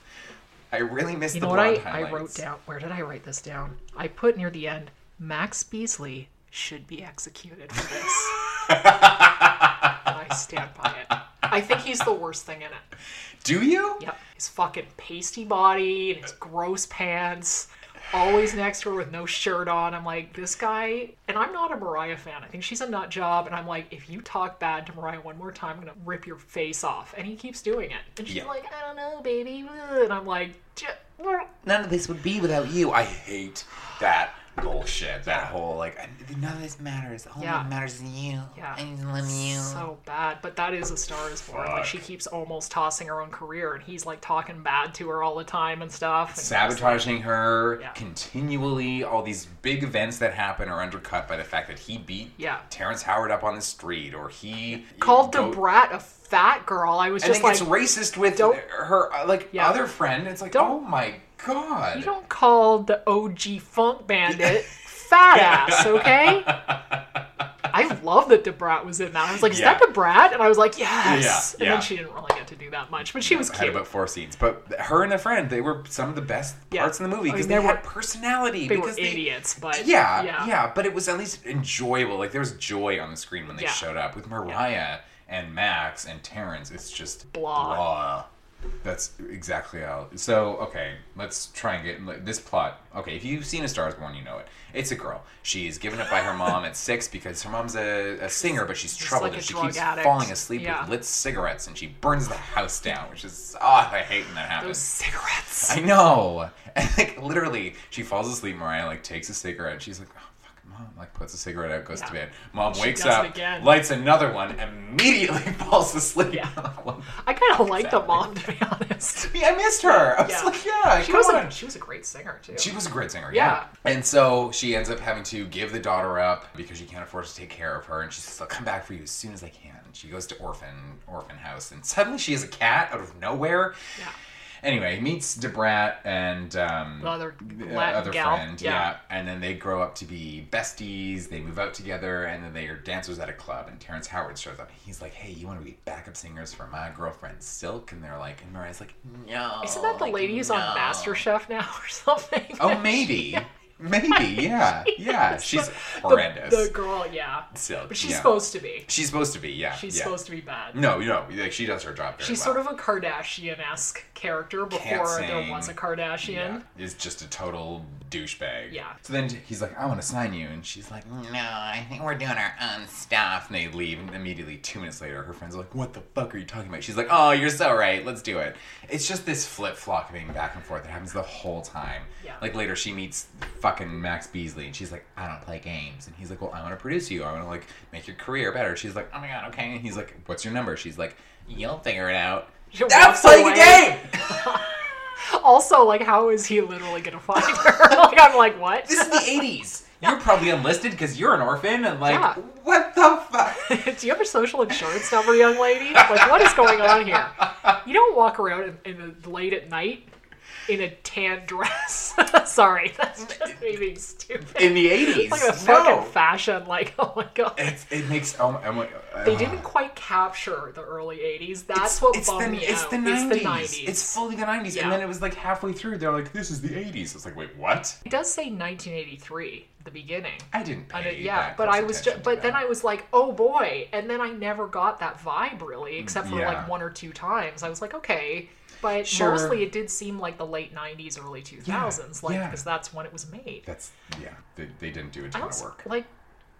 I really missed You the know what I, blonde I wrote highlights. down? Where did I write this down? I put near the end, Max Beasley should be executed for this. And I stand by it. I think he's the worst thing in it. Do you? Yep. His fucking pasty body and his gross pants. Always next to her with no shirt on. I'm like, this guy. And I'm not a Mariah fan. I think she's a nut job. And I'm like, if you talk bad to Mariah one more time, I'm going to rip your face off. And he keeps doing it. And she's Yeah. like, I don't know, baby. And I'm like, "J- None of this would be without you. I hate that bullshit. That whole like, I- none of this matters. Oh All Yeah. that matters is you. Yeah. I love you. so bad. But that is a star is born. Like she keeps almost tossing her own career, and he's like talking bad to her all the time and stuff. And sabotaging her Yeah. continually. All these big events that happen are undercut by the fact that he beat Yeah. Terrence Howard up on the street, or he Called go- Debrat a fat girl. I was and just then like, gets racist with don't- her uh, like Yeah. other friend. It's like, Don't- oh my god, you don't call the OG funk bandit fat ass, okay? I love that Debrat was in that. I was like, is Yeah. that Debrat? And I was like, yes. Yeah, And yeah. then she didn't really get to do that much, but she was Had cute. about four scenes, but her and a friend, they were some of the best parts in the movie I mean, because they they, were- had personality. they were because they- idiots, but yeah, yeah. yeah, but it was at least enjoyable. Like there was joy on the screen when they Yeah. showed up with Mariah and Max and Terrence. It's just Blah. blah. That's exactly how. So okay, let's try and get like, this plot. Okay, if you've seen A Star Is Born, you know it. It's a girl. She's given up by her mom at six because her mom's a, a singer, but she's troubled like a and she drug keeps addict. falling asleep Yeah. with lit cigarettes, and she burns the house down, which is oh, I hate when that happens. Those cigarettes. I know. And like literally, she falls asleep. Mariah like takes a cigarette. She's like, "Oh fuck, mom!" Like puts a cigarette out, goes to bed. Mom She wakes does it up, again. lights another one, immediately falls asleep. I kind of liked the mom, to be honest. Yeah, I missed her. I was like, yeah, she come was a on. she was a great singer too. She was a great singer, Yeah. yeah. And so she ends up having to give the daughter up because she can't afford to take care of her. And she says, I'll come back for you as soon as I can. And she goes to orphan orphan house. And suddenly she has a cat out of nowhere. Yeah. Anyway, meets Debrat and um, The other the Latin other gal. friend. Yeah. Yeah. And then they grow up to be besties. They move out together. And then they are dancers at a club. And Terrence Howard shows up. He's like, hey, you want to be backup singers for my girlfriend, Silk? And they're like, and Mariah's like, no. Isn't that the like, ladies no." on MasterChef now or something? Oh, maybe. Maybe, yeah. Yeah. She's The- horrendous. The, girl, yeah. Silk, But she's uh, yeah. supposed to be. She's supposed to be, yeah. She's yeah. supposed to be bad. No, no. Like, she does her job very She's sort well. of a Kardashian esque character Can't before there sing. was a Kardashian. is just a total douchebag. Yeah. So then he's like, I want to sign you. And she's like, No, I think we're doing our own stuff. And they leave. And immediately, two minutes later, her friends are like, What the fuck are you talking about? She's like, Oh, you're so right. Let's do it. It's just this flip flopping back and forth that happens the whole time. Yeah. Like later, she meets fucking Max Beasley. And she's like, I don't play games. And he's like, Well, I want to produce you. I want to like make your career better. She's like, Oh my God, okay. And he's like, What's your number? She's like, You'll figure it out. She I'm walks playing away. a game! Also, like, how is he literally gonna find her? like, I'm like, what? This is the 80s. You're probably unlisted because you're an orphan and like Yeah. what the fuck? Do you have a social insurance number, young lady? Like, what is going on here? You don't walk around in, in the late at night in a tan dress. Sorry, that's just me being stupid. In the 80s. like a no. fucking fashion. Like, oh my god. It's, it makes oh my, oh my uh, They didn't quite capture the early '80s. That's it's, what it's bummed the, me it's out. the 90s. It's the '90s. It's fully the 90s Yeah. and then it was like halfway through they're like this is the 80s. It's like wait, what? It does say 1983, the beginning. I didn't I pay don't- yeah, that but close I was attention just, to but then that. I was like, oh boy, and then I never got that vibe really, except for Mm, yeah. like one or two times. I was like, okay, but Sure. mostly it did seem like the late '90s, early 2000s, like yeah. because that's when it was made. That's yeah. They, they didn't do a I ton of also, work. like,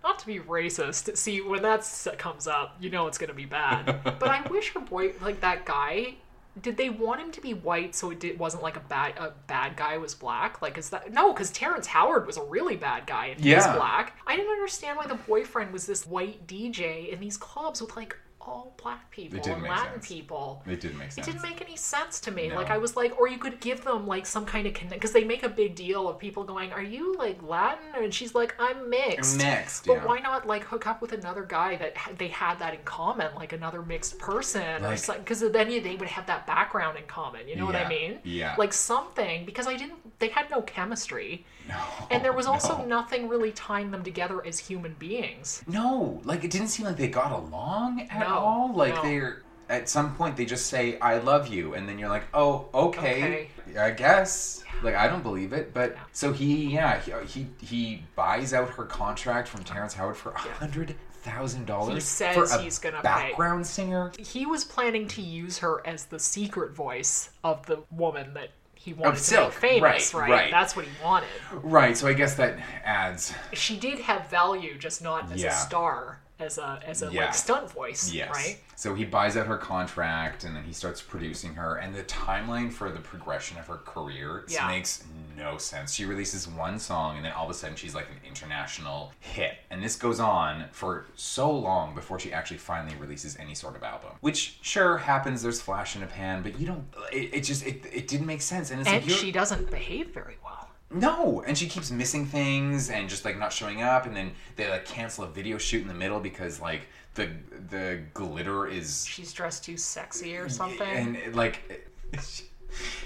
not to be racist. See, when that s- comes up, you know it's gonna be bad. but I wish her boy, like that guy. Did they want him to be white so it did, wasn't like a bad a bad guy was black? Like is that no? Because Terrence Howard was a really bad guy and he Yeah. was black. I didn't understand why the boyfriend was this white DJ in these clubs with like all black people didn't and make Latin sense. people. It didn't make sense. It didn't make any sense to me. No. Like I was like, or you could give them like some kind of connect because they make a big deal of people going, "Are you like Latin?" And she's like, "I'm mixed." Mixed, But yeah. why not like hook up with another guy that ha- they had that in common, like another mixed person or Like- something? Because then you- they would have that background in common. You know what I Yeah, mean? yeah. Like something because I didn't. They had no chemistry, no. and there was also no. nothing really tying them together as human beings. No, like it didn't seem like they got along at No, all. Like no. they're at some point they just say "I love you," and then you're like, "Oh, okay, I guess." Like I don't believe it, but so he, yeah, he uh, he, he buys out her contract from Terrence Howard for a hundred thousand He dollars says for a he's gonna pay. background singer. he was planning to use her as the secret voice of the woman that he Of wanted to Silk, make famous, right, right, right. That's what he wanted. Right, so I guess that adds. She did have value, just not as Yeah. a star, as a as a Yeah. like stunt voice, Yes. right? So he buys out her contract and then he starts producing her. And the timeline for the progression of her career s- Yeah. makes no sense. She releases one song and then all of a sudden she's like an international hit. And this goes on for so long before she actually finally releases any sort of album. Which, sure, happens. There's flash in a pan, but you don't. It, it just. It, it didn't make sense. And it's And like. you're- she doesn't behave very well. no, and she keeps missing things and just like not showing up, and then they like cancel a video shoot in the middle because like the the glitter is She's dressed too sexy or something. and it, like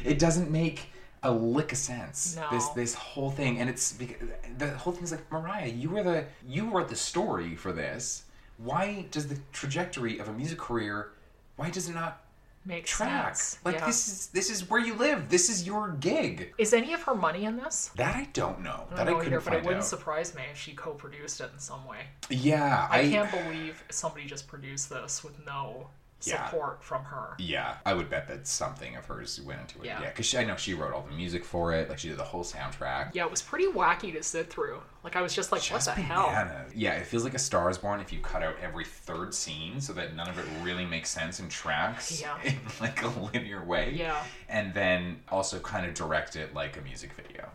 it doesn't make a lick of sense. No. This this whole thing, and it's bec- the whole thing's like Mariah, you were the you wrote the story for this. Why does the trajectory of a music career? Why does it not Makes track? sense. Like Yeah. this is this is where you live. This is your gig. Is any of her money in this? That I don't know. I don't that know I couldn't either, but find it wouldn't out. surprise me if she co-produced it in some way. yeah, I, I can't believe somebody just produced this with no Yeah. support from her. Yeah, I would bet that something of hers went into it. Yeah. Yeah, because I know she wrote all the music for it. Like she did the whole soundtrack. Yeah, it was pretty wacky to sit through. Like I was just like, what the hell? Banana. uh, Yeah, it feels like a Star is Born if you cut out every third scene so that none of it really makes sense and tracks Yeah. in like a linear way. Yeah. And then also kind of direct it like a music video.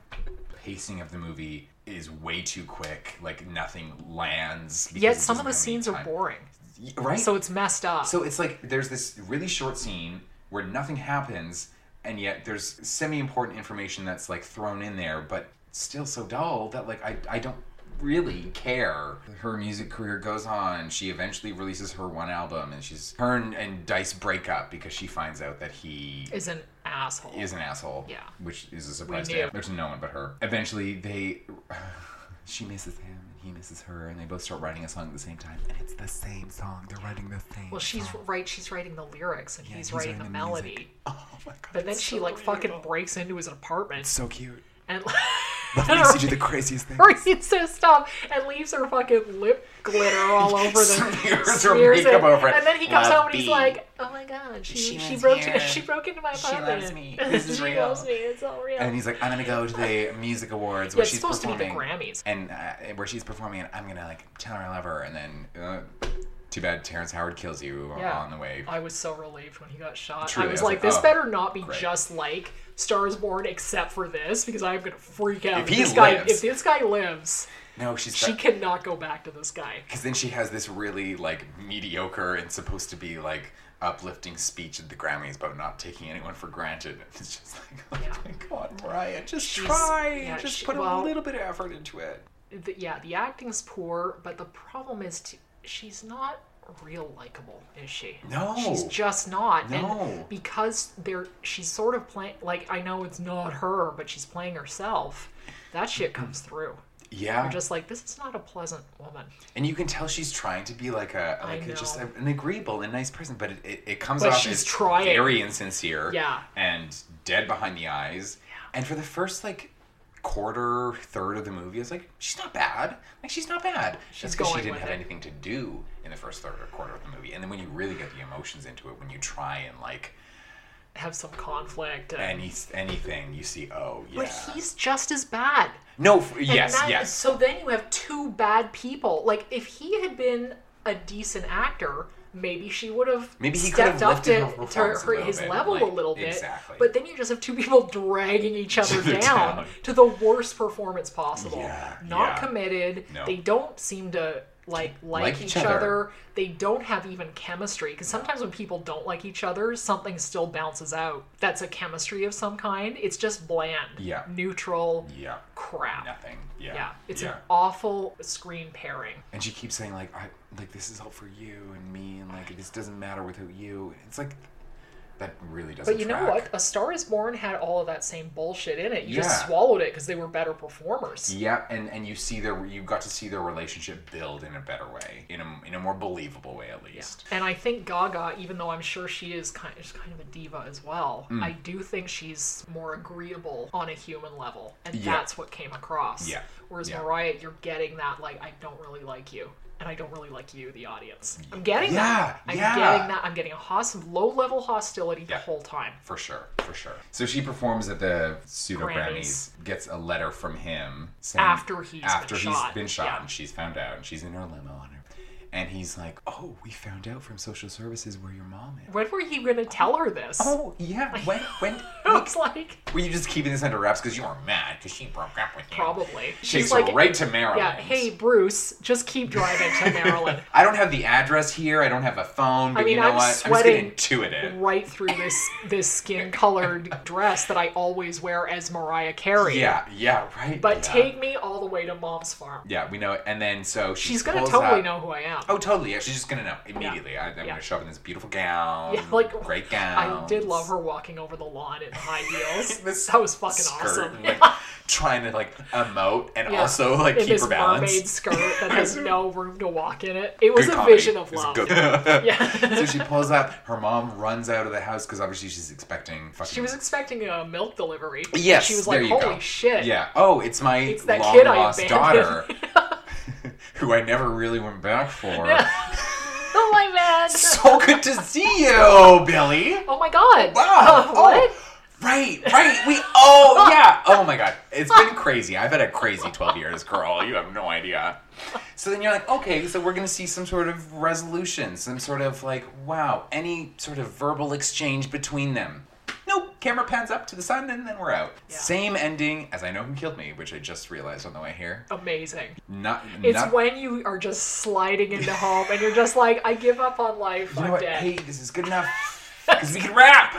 Pacing of the movie is way too quick. Like nothing lands. because Yet it some of the doesn't have scenes are boring. any- right. So it's messed up. So it's like there's this really short scene where nothing happens, and yet there's semi-important information that's like thrown in there, but still so dull that like I I don't really care. Her music career goes on. She eventually releases her one album, and she's her and, and Dice break up because she finds out that he is an asshole. is an asshole. Yeah. Which is a surprise knew. to, to no one but her. Eventually, they. She misses him, and he misses her, and they both start writing a song at the same time. And it's the same song. They're writing the same. Well, she's right. She's writing the lyrics and he's, Oh. he's writing writing the, the melody. music. Oh but then she like fucking breaks into his apartment It's so cute. and Love makes you do the craziest things. breaks his stuff and leaves her fucking lip glitter all over the Smears her makeup over it. And then he comes Love home and he's B. like, "Oh my god, she she, She wants broke hair. she broke into my She apartment. loves me. This is she real." loves me. It's all real." And he's like, I'm gonna go to the music awards Yeah, where it's she's supposed to be the performing, Grammys. and uh, where she's performing, and I'm gonna like tell her I love her, and then uh, too bad Terrence Howard kills you yeah. on the way. I was so relieved when he got shot. Truly, I was I was like, like, "This oh, better not be great." just like Stars Born, except for this, because I'm gonna freak out. If he this guy, lives- if this guy lives, No, she's she cannot go back to this guy." because then she has this really like mediocre and supposed to be like uplifting speech at the Grammys about not taking anyone for granted. It's just like, oh my god, Mariah, just try, yeah, just she- put well- a little bit of effort into it. the, yeah, the acting's poor, but the problem is t- she's not real likable, is she? No. she's just not. No. and because they're she's sort of playing like I know it's not her, but she's playing herself. That shit comes through. Yeah, You're just like this is not a pleasant woman, and you can tell she's trying to be like a I like a- just know. a- an agreeable and nice person, but it, it, it comes But off she's as trying. very insincere, Yeah. and dead behind the eyes. And for the first like quarter third of the movie, it's like she's not bad. Like she's not bad. She's That's 'cause going She didn't with have it. anything to do in the first third or quarter of the movie, and then when you really get the emotions into it, when you try and like have some conflict, and, any anything, you see, oh yeah, but he's just as bad. no, f- And yes, that- yes. So then you have two bad people. Like if he had been a decent actor, maybe she would have Maybe he could stepped have up lifted to, her to performance a her- little his bit, level a like, little bit. exactly. But then you just have two people dragging each other other down, down. to the worst performance possible. Yeah, Not yeah. committed. No. They don't seem to like like, Like each each other. other. They don't have even chemistry because sometimes when people don't like each other, something still bounces out. That's a chemistry of some kind. It's just bland, Yeah. neutral, Yeah. crap. Nothing. Yeah. Yeah, it's yeah. an awful screen pairing. And she keeps saying like, I like this is all for you and me, and like this doesn't matter without you. And It's like that really doesn't. But you know track. what? A Star Is Born had all of that same bullshit in it. You just Yeah. swallowed it because they were better performers. Yeah, and and you see their you got to see their relationship build in a better way, in a in a more believable way at least. And I think Gaga, even though I'm sure she is kind she's kind of a diva as well, Mm. I do think she's more agreeable on a human level, and Yeah. that's what came across. Yeah. Whereas Yeah. Mariah, you're getting that like I don't really like you, and I don't really like you, the audience. I'm getting Yeah, that. I'm yeah. getting that. I'm getting a hos- low level hostility the Yeah. whole time. For sure, for sure. So she performs at the pseudo Grammys. Grammys, gets a letter from him saying After he's after been he's shot, been shot, yeah. and she's found out, and she's in her limo on her, and he's like, "Oh, we found out from social services where your mom is." When were you going to tell her this? Oh yeah, when when I was like, Were you just keeping this under wraps because you were mad because she broke up with you? Probably. She's She's like- right to Maryland. yeah, hey, Bruce, just keep driving to Maryland. I don't have the address here. I don't have a phone. But I mean, you know I'm what? sweating I'm just gonna intuit it. right through this this skin colored dress that I always wear as Mariah Carey. Yeah, yeah, right. But yeah. take me all the way to Mom's farm. Yeah, we know. it. And then so she She's gonna pulls totally up- know who I am. Oh, totally. Yeah, she's just gonna know immediately. I, I'm Yeah. gonna show up in this beautiful gown. Yeah, like great gown. I did love her walking over the lawn in high heels. this was fucking skirt awesome. and like trying to like emote and Yeah. also like in keep this her balance. mermaid skirt that has no room to walk in it. It was Good a comedy. vision of It was love. good. yeah. so she pulls up. Her mom runs out of the house because obviously she's expecting fucking. She was expecting a milk delivery. and Yes. She was there like, you "Holy go. shit!" Yeah. Oh, it's my It's that long kid I lost daughter, abandoned. who I never really went back for. Yeah. oh my man. So good to see you, Billy. Oh my god. Wow. Oh. Uh, what? Right, right. We oh yeah. Oh my god. It's been crazy. I've had a crazy 12 years, girl. You have no idea. So then you're like, okay, so we're gonna see some sort of resolution, some sort of like, wow, any sort of verbal exchange between them. Nope. Camera pans up to the sun and then we're out. Same ending as I know who killed me, which I just realized on the way here. Amazing. Not Oh. It's not, when you are just sliding into home and you're just like, I give up on life. you know I'm what? dead. Hey, this is good enough because we can rap.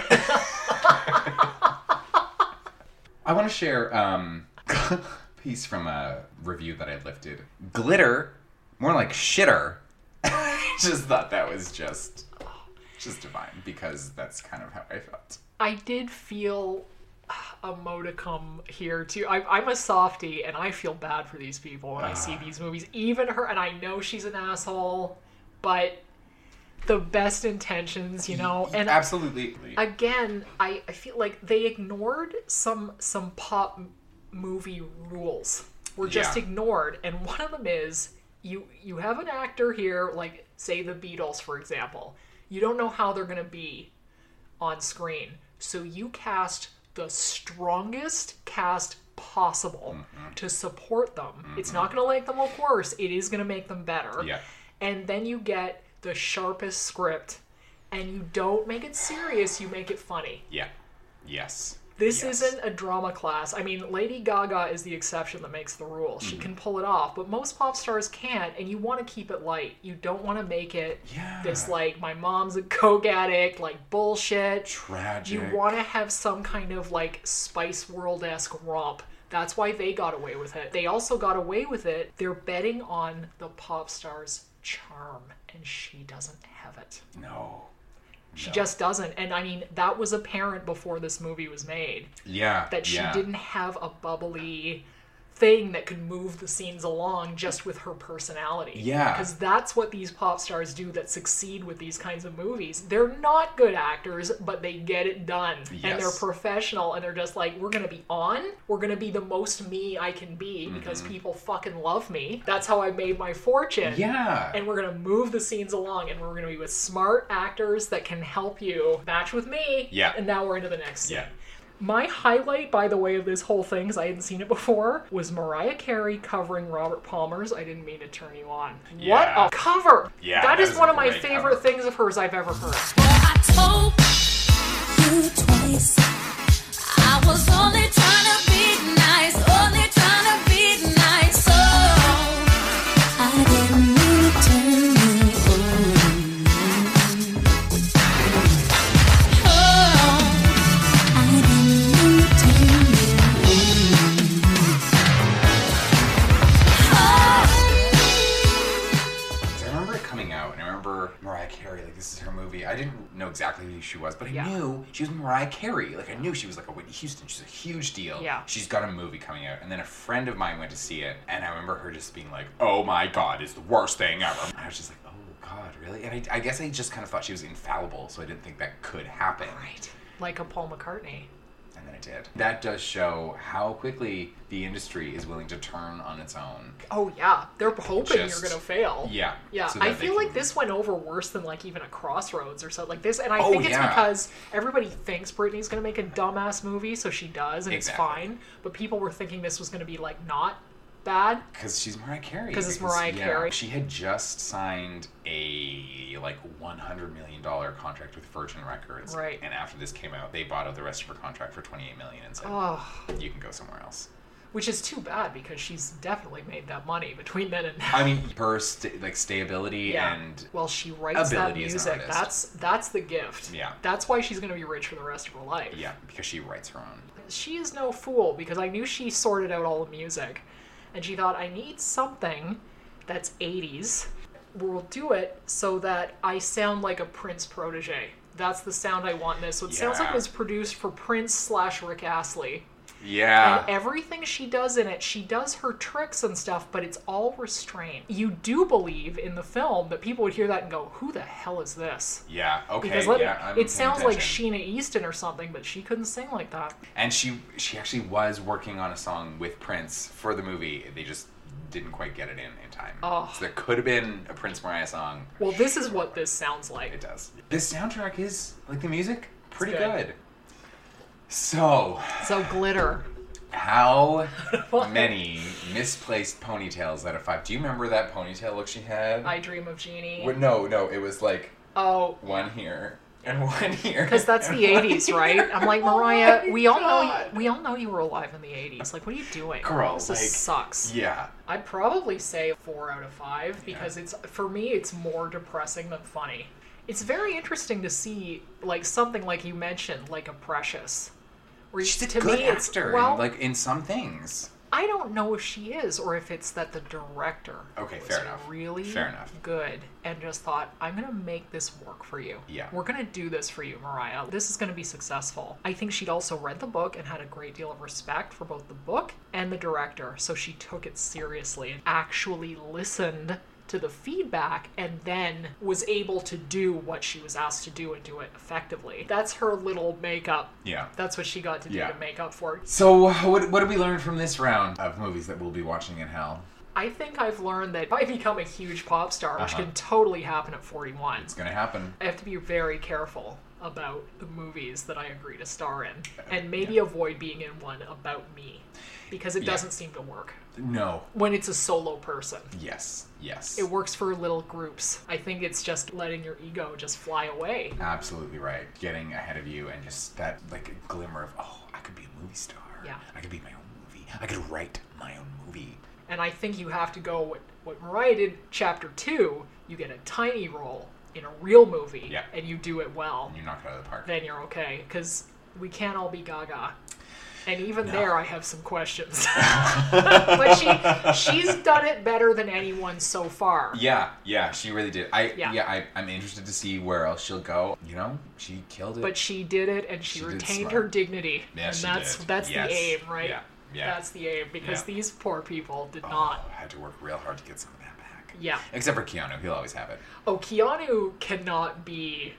I want to share um, a piece from a review that I lifted. Glitter, more like shitter. just thought that was just just divine because that's kind of how I felt. I did feel a modicum here too. I, I'm a softie, and I feel bad for these people when I see Ah. these movies. Even her, and I know she's an asshole, but the best intentions, you know. And Absolutely. again, I, I feel like they ignored some some pop m- movie rules. Were just Yeah. ignored, and one of them is you you have an actor here, like say the Beatles, for example. You don't know how they're gonna be on screen. So you cast the strongest cast possible Mm-hmm. to support them. It's not going to make them look worse, it is going to make them better. Yeah. And then you get the sharpest script and you don't make it serious, you make it funny. Yeah. Yes. This Yes. isn't a drama class. I mean, Lady Gaga is the exception that makes the rule. She can pull it off, but most pop stars can't, and you want to keep it light. You don't want to make it this, like, my mom's a coke addict, like, bullshit. Tragic. You want to have some kind of like Spice World esque romp. That's why they got away with it. They also got away with it. They're betting on the pop star's charm, and she doesn't have it. No. She just doesn't. And I mean, that was apparent before this movie was made Yeah. that she yeah. didn't have a bubbly thing that could move the scenes along just with her personality. Yeah. Because that's what these pop stars do that succeed with these kinds of movies. They're not good actors, but they get it done. And they're Yes. professional and they're just like, we're going to be on. We're going to be the most me I can be Mm-hmm. because people fucking love me. That's how I made my fortune. Yeah. And we're going to move the scenes along and we're going to be with smart actors that can help you match with me. Yeah. And now we're into the next scene. Yeah. My highlight, by the way, of this whole thing, because I hadn't seen it before, was Mariah Carey covering Robert Palmer's I Didn't Mean to Turn You On. Yeah. What a cover! Yeah, that that is is a one of my great favorite cover. things of hers I've ever heard. I told you twice. I was only trying to be nice, only trying to be nice. So I didn't mean to turn you on. Oh, I didn't mean to turn you So I remember it coming out, and I remember Mariah Carey, like, this is her movie. I didn't know exactly who she was, but I Yeah. knew she was Mariah Carey. Like, I knew she was like a Whitney Houston. She's a huge deal. Yeah. She's got a movie coming out. And then a friend of mine went to see it, and I remember her just being like, oh my God, it's the worst thing ever. And I was just like, oh God, really? And I, I guess I just kind of thought she was infallible, so I didn't think that could happen. Right. Like a Paul McCartney. And then it did. That does show how quickly the industry is willing to turn on its own. Oh, yeah. They're hoping Just- you're going to fail. Yeah. Yeah, so I that they feel like can- this went over worse than like even a Crossroads or something like this, and I Oh, think it's yeah. because everybody thinks Britney's gonna make a dumbass movie, so she does, and Exactly. it's fine. But people were thinking this was gonna be like not bad, Because she's Mariah Carey. 'Cause it's Mariah Carey. She had just signed a like one hundred million dollar contract with Virgin Records. Right. And after this came out, they bought out the rest of her contract for twenty eight million and said, "You can go somewhere else." which is too bad because she's definitely made that money between then and now. I mean, her st- like stayability and well, she writes that ability as music. an artist. That's that's the gift. Yeah. That's why she's gonna be rich for the rest of her life. yeah, because she writes her own. she is no fool because I knew she sorted out all the music. And she thought, I need something that's 80s. We'll do it so that I sound like a Prince protege. That's the sound I want in this. So it sounds Yeah. like it was produced for Prince slash Rick Astley. Yeah. And everything she does in it, she does her tricks and stuff, but it's all restrained. You do believe in the film that people would hear that and go, "Who the hell is this?" yeah. Okay. because let me- yeah. I'm paying it sounds like attention. Sheena Easton or something, but she couldn't sing like that. And she she actually was working on a song with Prince for the movie. They just didn't quite get it in in time. Oh. So there could have been a Prince Mariah song. Well, this is what this sounds like. It does. This soundtrack is like the music pretty good. good. So So glitter. how many misplaced ponytails out of five? Do you remember that ponytail look she had? I dream of Jeannie. Well, no, no, it was like Oh, one here and one here. because that's and the one '80s, here. right? I'm like Mariah. Oh my we all know. You, we all know you were alive in the '80s. Like, what are you doing? Girl, this like, just sucks. Yeah. I'd probably say four out of five because it's for me it's more depressing than funny. It's very interesting to see like something like you mentioned, like a precious. Where She's a to good me, actor, it's in, well, like in some things. I don't know if she is or if it's that the director Okay, was fair enough. really Fair enough. good and just thought, I'm gonna make this work for you. Yeah. We're gonna do this for you, Mariah. This is gonna be successful. I think she'd also read the book and had a great deal of respect for both the book and the director, so she took it seriously and actually listened to the feedback and then was able to do what she was asked to do and do it effectively. That's her little makeup. Yeah. That's what she got to do Yeah. to make up for it. So what what did we learn from this round of movies that we'll be watching in hell? I think I've learned that if I become a huge pop star, which Uh-huh. can totally happen at 41, It's gonna happen. I have to be very careful about the movies that I agree to star in and maybe avoid being in one about me because it Yeah. doesn't seem to work No. when it's a solo person. Yes. Yes. It works for little groups. I think it's just letting your ego just fly away. Absolutely right. Getting ahead of you and just that like glimmer of oh, I could be a movie star. Yeah. I could be my own movie. I could write my own movie. And I think you have to go what, what Mariah did chapter 2, you get a tiny role in a real movie Yeah. and you do it well. And you knock it out of the park. then you're okay because we can't all be gaga and even No. there i have some questions but she she's done it better than anyone so far Yeah, yeah, she really did. I Yeah. yeah, I, I'm interested to see where else she'll go. You know, she killed it. but she did it and she, She did retained smart. her dignity Yeah, and she that's did. that's Yes. the aim right Yeah, yeah. that's the aim because Yeah. these poor people did Oh, not had to work real hard to get some of that back. yeah Except for Keanu, he'll always have it. oh keanu cannot be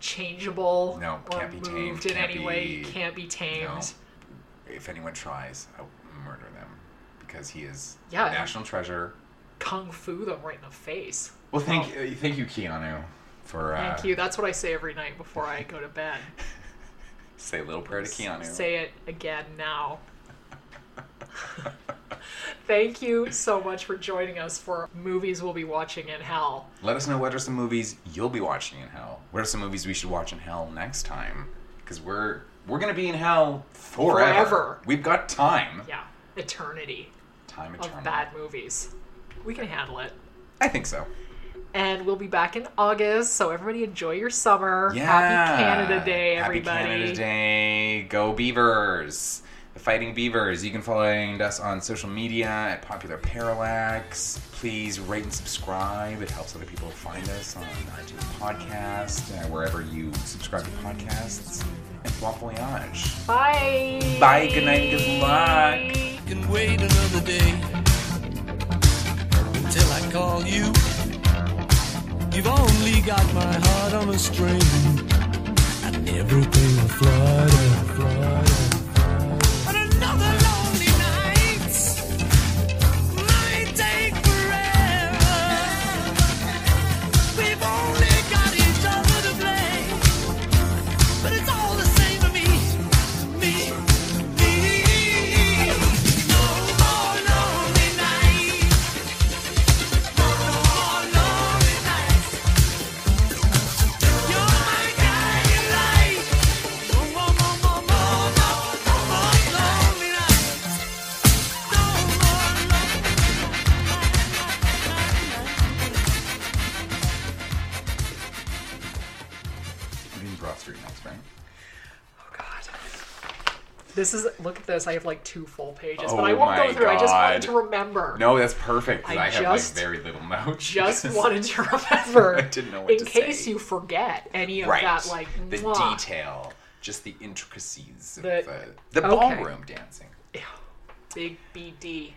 changeable No, or can't be tamed, moved in can't any way be- He can't be tamed No. If anyone tries, I'll murder them because he is Yeah. a national treasure. kung fu them right in the face Well, thank uh, thank you, Keanu, for uh, Thank you. That's what I say every night before I go to bed. Say a little prayer to Keanu. Say it again now. Thank you so much for joining us for Movies We'll Be Watching in Hell. Let us know what are some movies you'll be watching in hell. What are some movies we should watch in hell next time? Because we're we're gonna be in hell forever. Forever. We've got time. Yeah, eternity Time of eternal. bad movies. We can handle it. I think so. And we'll be back in August, so everybody enjoy your summer. Yeah. Happy Canada Day, everybody. Happy Canada Day. Go Beavers. The Fighting Beavers. You can find us on social media at Popular Parallax. Please rate and subscribe. It helps other people find us on iTunes Podcast, uh, wherever you subscribe to podcasts. And bon voyage. Bye. Bye. Good night. Good luck. can wait another day until I call you. You've only got my heart on a string, and everything will flutter, flutter. But another lonely night might take forever. We've only got each other to blame, but it's all the same to me, me, me. You're my guiding light. More, more, more, more, more. Oh, This is look at this. I have like two full pages, Oh but I won't my go through. I just wanted God. to remember. No, that's perfect. 'cause I I, have just- like very little notes. Just wanted to remember. I didn't know what in to case say. you forget any of right. that, like the mwah. detail, just the intricacies of The- the, the okay. ballroom dancing. Big BD.